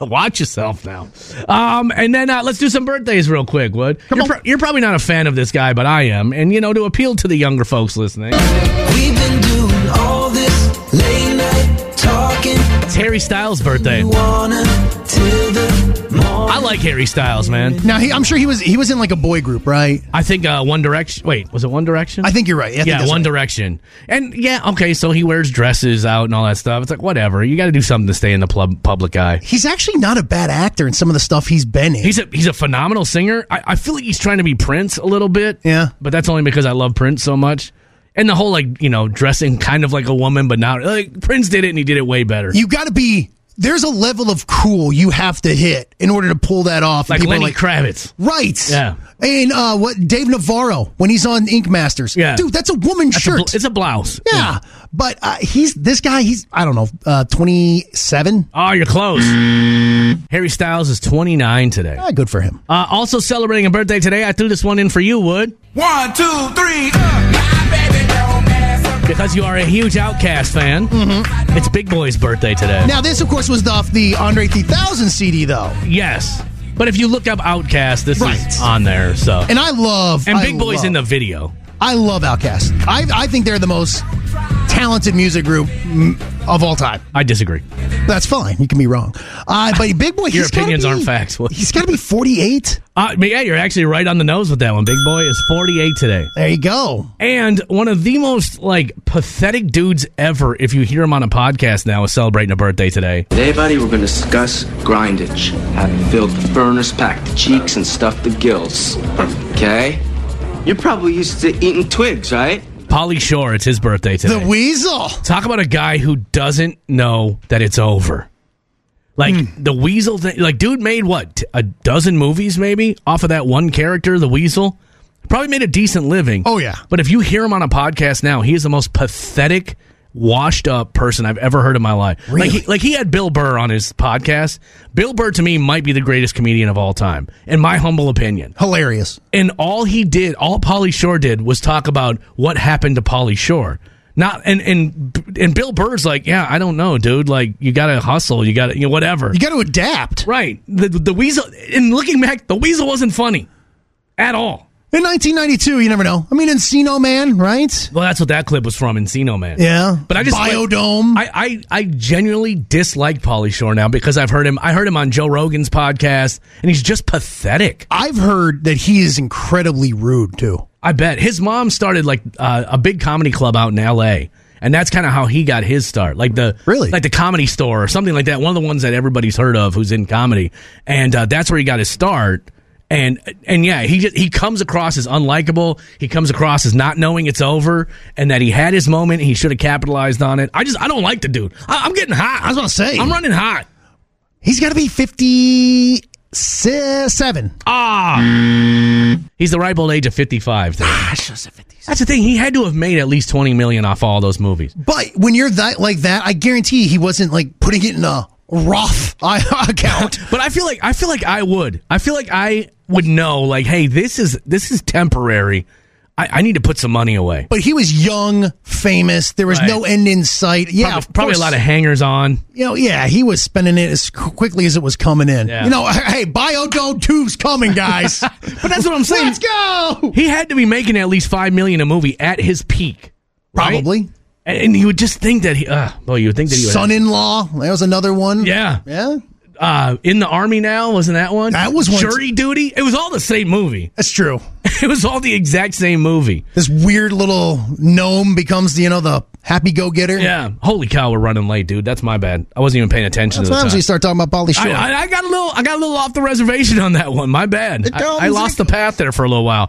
[SPEAKER 1] Watch yourself now. Um, and then uh, let's do some birthdays real quick. Wood, you're, pro- you're probably not a fan of this guy, but I am, and you know, to appeal to the younger folks listening,
[SPEAKER 12] We've been doing all this late night talking.
[SPEAKER 1] it's Harry Styles' birthday.
[SPEAKER 12] Wanna till the
[SPEAKER 1] I like Harry Styles, man.
[SPEAKER 2] Now he, I'm sure he was he was in like a boy group, right?
[SPEAKER 1] I think uh, One Direction. Wait, was it One Direction?
[SPEAKER 2] I think you're right. I think
[SPEAKER 1] yeah,
[SPEAKER 2] that's
[SPEAKER 1] One
[SPEAKER 2] right.
[SPEAKER 1] Direction. And yeah, okay, so he wears dresses out and all that stuff. It's like whatever. You got to do something to stay in the pub- public eye.
[SPEAKER 2] He's actually not a bad actor in some of the stuff he's been in.
[SPEAKER 1] He's a he's a phenomenal singer. I, I feel like he's trying to be Prince a little bit.
[SPEAKER 2] Yeah.
[SPEAKER 1] but that's only because I love Prince so much. And the whole like you know dressing kind of like a woman, but not like Prince did it and he did it way better.
[SPEAKER 2] you got to be. There's a level of cool you have to hit in order to pull that off. And
[SPEAKER 1] like
[SPEAKER 2] people are
[SPEAKER 1] Lenny Kravitz.
[SPEAKER 2] right?
[SPEAKER 1] Yeah.
[SPEAKER 2] And uh, what Dave Navarro when he's on Ink Masters?
[SPEAKER 1] Yeah.
[SPEAKER 2] dude, that's a woman
[SPEAKER 1] That's a
[SPEAKER 2] shirt.
[SPEAKER 1] bl- it's a blouse.
[SPEAKER 2] yeah. but uh, he's this guy. He's I don't know, uh, twenty seven.
[SPEAKER 1] Oh, you're close. Harry Styles is 29 today.
[SPEAKER 2] Ah, good for him.
[SPEAKER 1] Uh, also celebrating a birthday today. I threw this one in for you, Wood.
[SPEAKER 12] One, two, three. Uh, my baby don't mess
[SPEAKER 2] uh.
[SPEAKER 12] up.
[SPEAKER 1] Because you are a huge Outcast fan, it's Big Boy's birthday today.
[SPEAKER 2] Mm-hmm. Now this, of course, was the, off the Andre 3000 CD though,
[SPEAKER 1] yes, but if you look up Outcast, this
[SPEAKER 2] Right.
[SPEAKER 1] is on there. So
[SPEAKER 2] and I love
[SPEAKER 1] And
[SPEAKER 2] I
[SPEAKER 1] Big Boy's
[SPEAKER 2] love-
[SPEAKER 1] in the video.
[SPEAKER 2] I love Outkast. I I think they're the most talented music group mm, of all time.
[SPEAKER 1] I disagree.
[SPEAKER 2] That's fine. You can be wrong. Uh, but Big Boy,
[SPEAKER 1] Your
[SPEAKER 2] he's gotta
[SPEAKER 1] opinions
[SPEAKER 2] be-
[SPEAKER 1] aren't facts. Well-
[SPEAKER 2] He's got to be 48.
[SPEAKER 1] Uh, but yeah, you're actually right on the nose with that one. Big Boy is 48 today.
[SPEAKER 2] There you go.
[SPEAKER 1] And one of the most like pathetic dudes ever, if you hear him on a podcast now, is celebrating a birthday today.
[SPEAKER 16] Today, buddy, we're going to discuss grindage. How to build the furnace, pack the cheeks, and stuff the gills. Okay? You're probably used to eating twigs, right?
[SPEAKER 1] Polly Shore, it's his birthday today.
[SPEAKER 2] The Weasel.
[SPEAKER 1] Talk about a guy who doesn't know that it's over. Like
[SPEAKER 2] Hmm.
[SPEAKER 1] the Weasel thing. Like, dude made what t- a dozen movies maybe off of that one character, the Weasel. Probably made a decent living.
[SPEAKER 2] Oh, yeah.
[SPEAKER 1] But if you hear him on a podcast now, he is the most pathetic, washed up person I've ever heard in my life.
[SPEAKER 2] Really?
[SPEAKER 1] Like, he, like he had Bill Burr on his podcast. Bill Burr to me might be the greatest comedian of all time, in my humble opinion.
[SPEAKER 2] Hilarious.
[SPEAKER 1] And all he did, all Polly Shore did, was talk about what happened to Polly Shore. Not and and and Bill Burr's like, yeah, I don't know, dude. Like, you gotta hustle, you gotta, you know, whatever.
[SPEAKER 2] You got to adapt.
[SPEAKER 1] right? The the weasel. And looking back, the weasel wasn't funny at all.
[SPEAKER 2] In 1992, you never know. I mean, Encino Man, right?
[SPEAKER 1] Well, that's what that clip was from, Encino Man.
[SPEAKER 2] Yeah.
[SPEAKER 1] But I just like-
[SPEAKER 2] Biodome.
[SPEAKER 1] I, I I genuinely dislike Polly Shore now because I've heard him. I heard him on Joe Rogan's podcast, and he's just pathetic.
[SPEAKER 2] I've heard that he is incredibly rude too.
[SPEAKER 1] I bet his mom started like uh, a big comedy club out in L.A. And that's kind of how he got his start, like the
[SPEAKER 2] Really?
[SPEAKER 1] like the comedy store or something like that. One of the ones that everybody's heard of who's in comedy, and uh, that's where he got his start. And and yeah, he just, he comes across as unlikable. He comes across as not knowing it's over, and that he had his moment. He should have capitalized on it. I just I don't like the dude. I, I'm getting hot.
[SPEAKER 2] I was gonna say.
[SPEAKER 1] I'm running hot.
[SPEAKER 2] He's got to be 57.
[SPEAKER 1] Uh, Ah, he's the ripe old age of 55. today.
[SPEAKER 2] Ah,
[SPEAKER 1] That's the thing. He had to have made at least 20 million off all those movies.
[SPEAKER 2] But when you're that like that, I guarantee he wasn't like putting it in a Roth I- account.
[SPEAKER 1] But I feel like I feel like I would. I feel like I would know. Like, hey, this is this is temporary. I, I need to put some money away.
[SPEAKER 2] But he was young, famous. There was no end in sight. Yeah,
[SPEAKER 1] probably,
[SPEAKER 2] of
[SPEAKER 1] probably a
[SPEAKER 2] course.
[SPEAKER 1] lot of hangers on.
[SPEAKER 2] You know, yeah, he was spending it as qu- quickly as it was coming in.
[SPEAKER 1] Yeah.
[SPEAKER 2] You know, hey, Biodome 2's coming, guys.
[SPEAKER 1] But that's what I'm saying.
[SPEAKER 2] Let's go.
[SPEAKER 1] He had to be making at least five million a movie at his peak, right?
[SPEAKER 2] Probably.
[SPEAKER 1] And, and you would just think that he, uh, well, you would think that he would have-
[SPEAKER 2] Son-in-law. That was another one.
[SPEAKER 1] yeah,
[SPEAKER 2] Yeah.
[SPEAKER 1] uh, in the army now wasn't that one?
[SPEAKER 2] That was one-
[SPEAKER 1] jury duty. It was all the same movie.
[SPEAKER 2] That's true.
[SPEAKER 1] It was all the exact same movie.
[SPEAKER 2] This weird little gnome becomes, you know, the happy-go-getter.
[SPEAKER 1] Yeah, holy cow, we're running late, dude. That's my bad. I wasn't even paying attention
[SPEAKER 2] That's
[SPEAKER 1] to the
[SPEAKER 2] what
[SPEAKER 1] time.
[SPEAKER 2] happens when you start talking about Polly Shore.
[SPEAKER 1] I, I, I got a little, I got a little off the reservation on that one. My bad. I, I
[SPEAKER 2] comes-
[SPEAKER 1] lost the path there for a little while.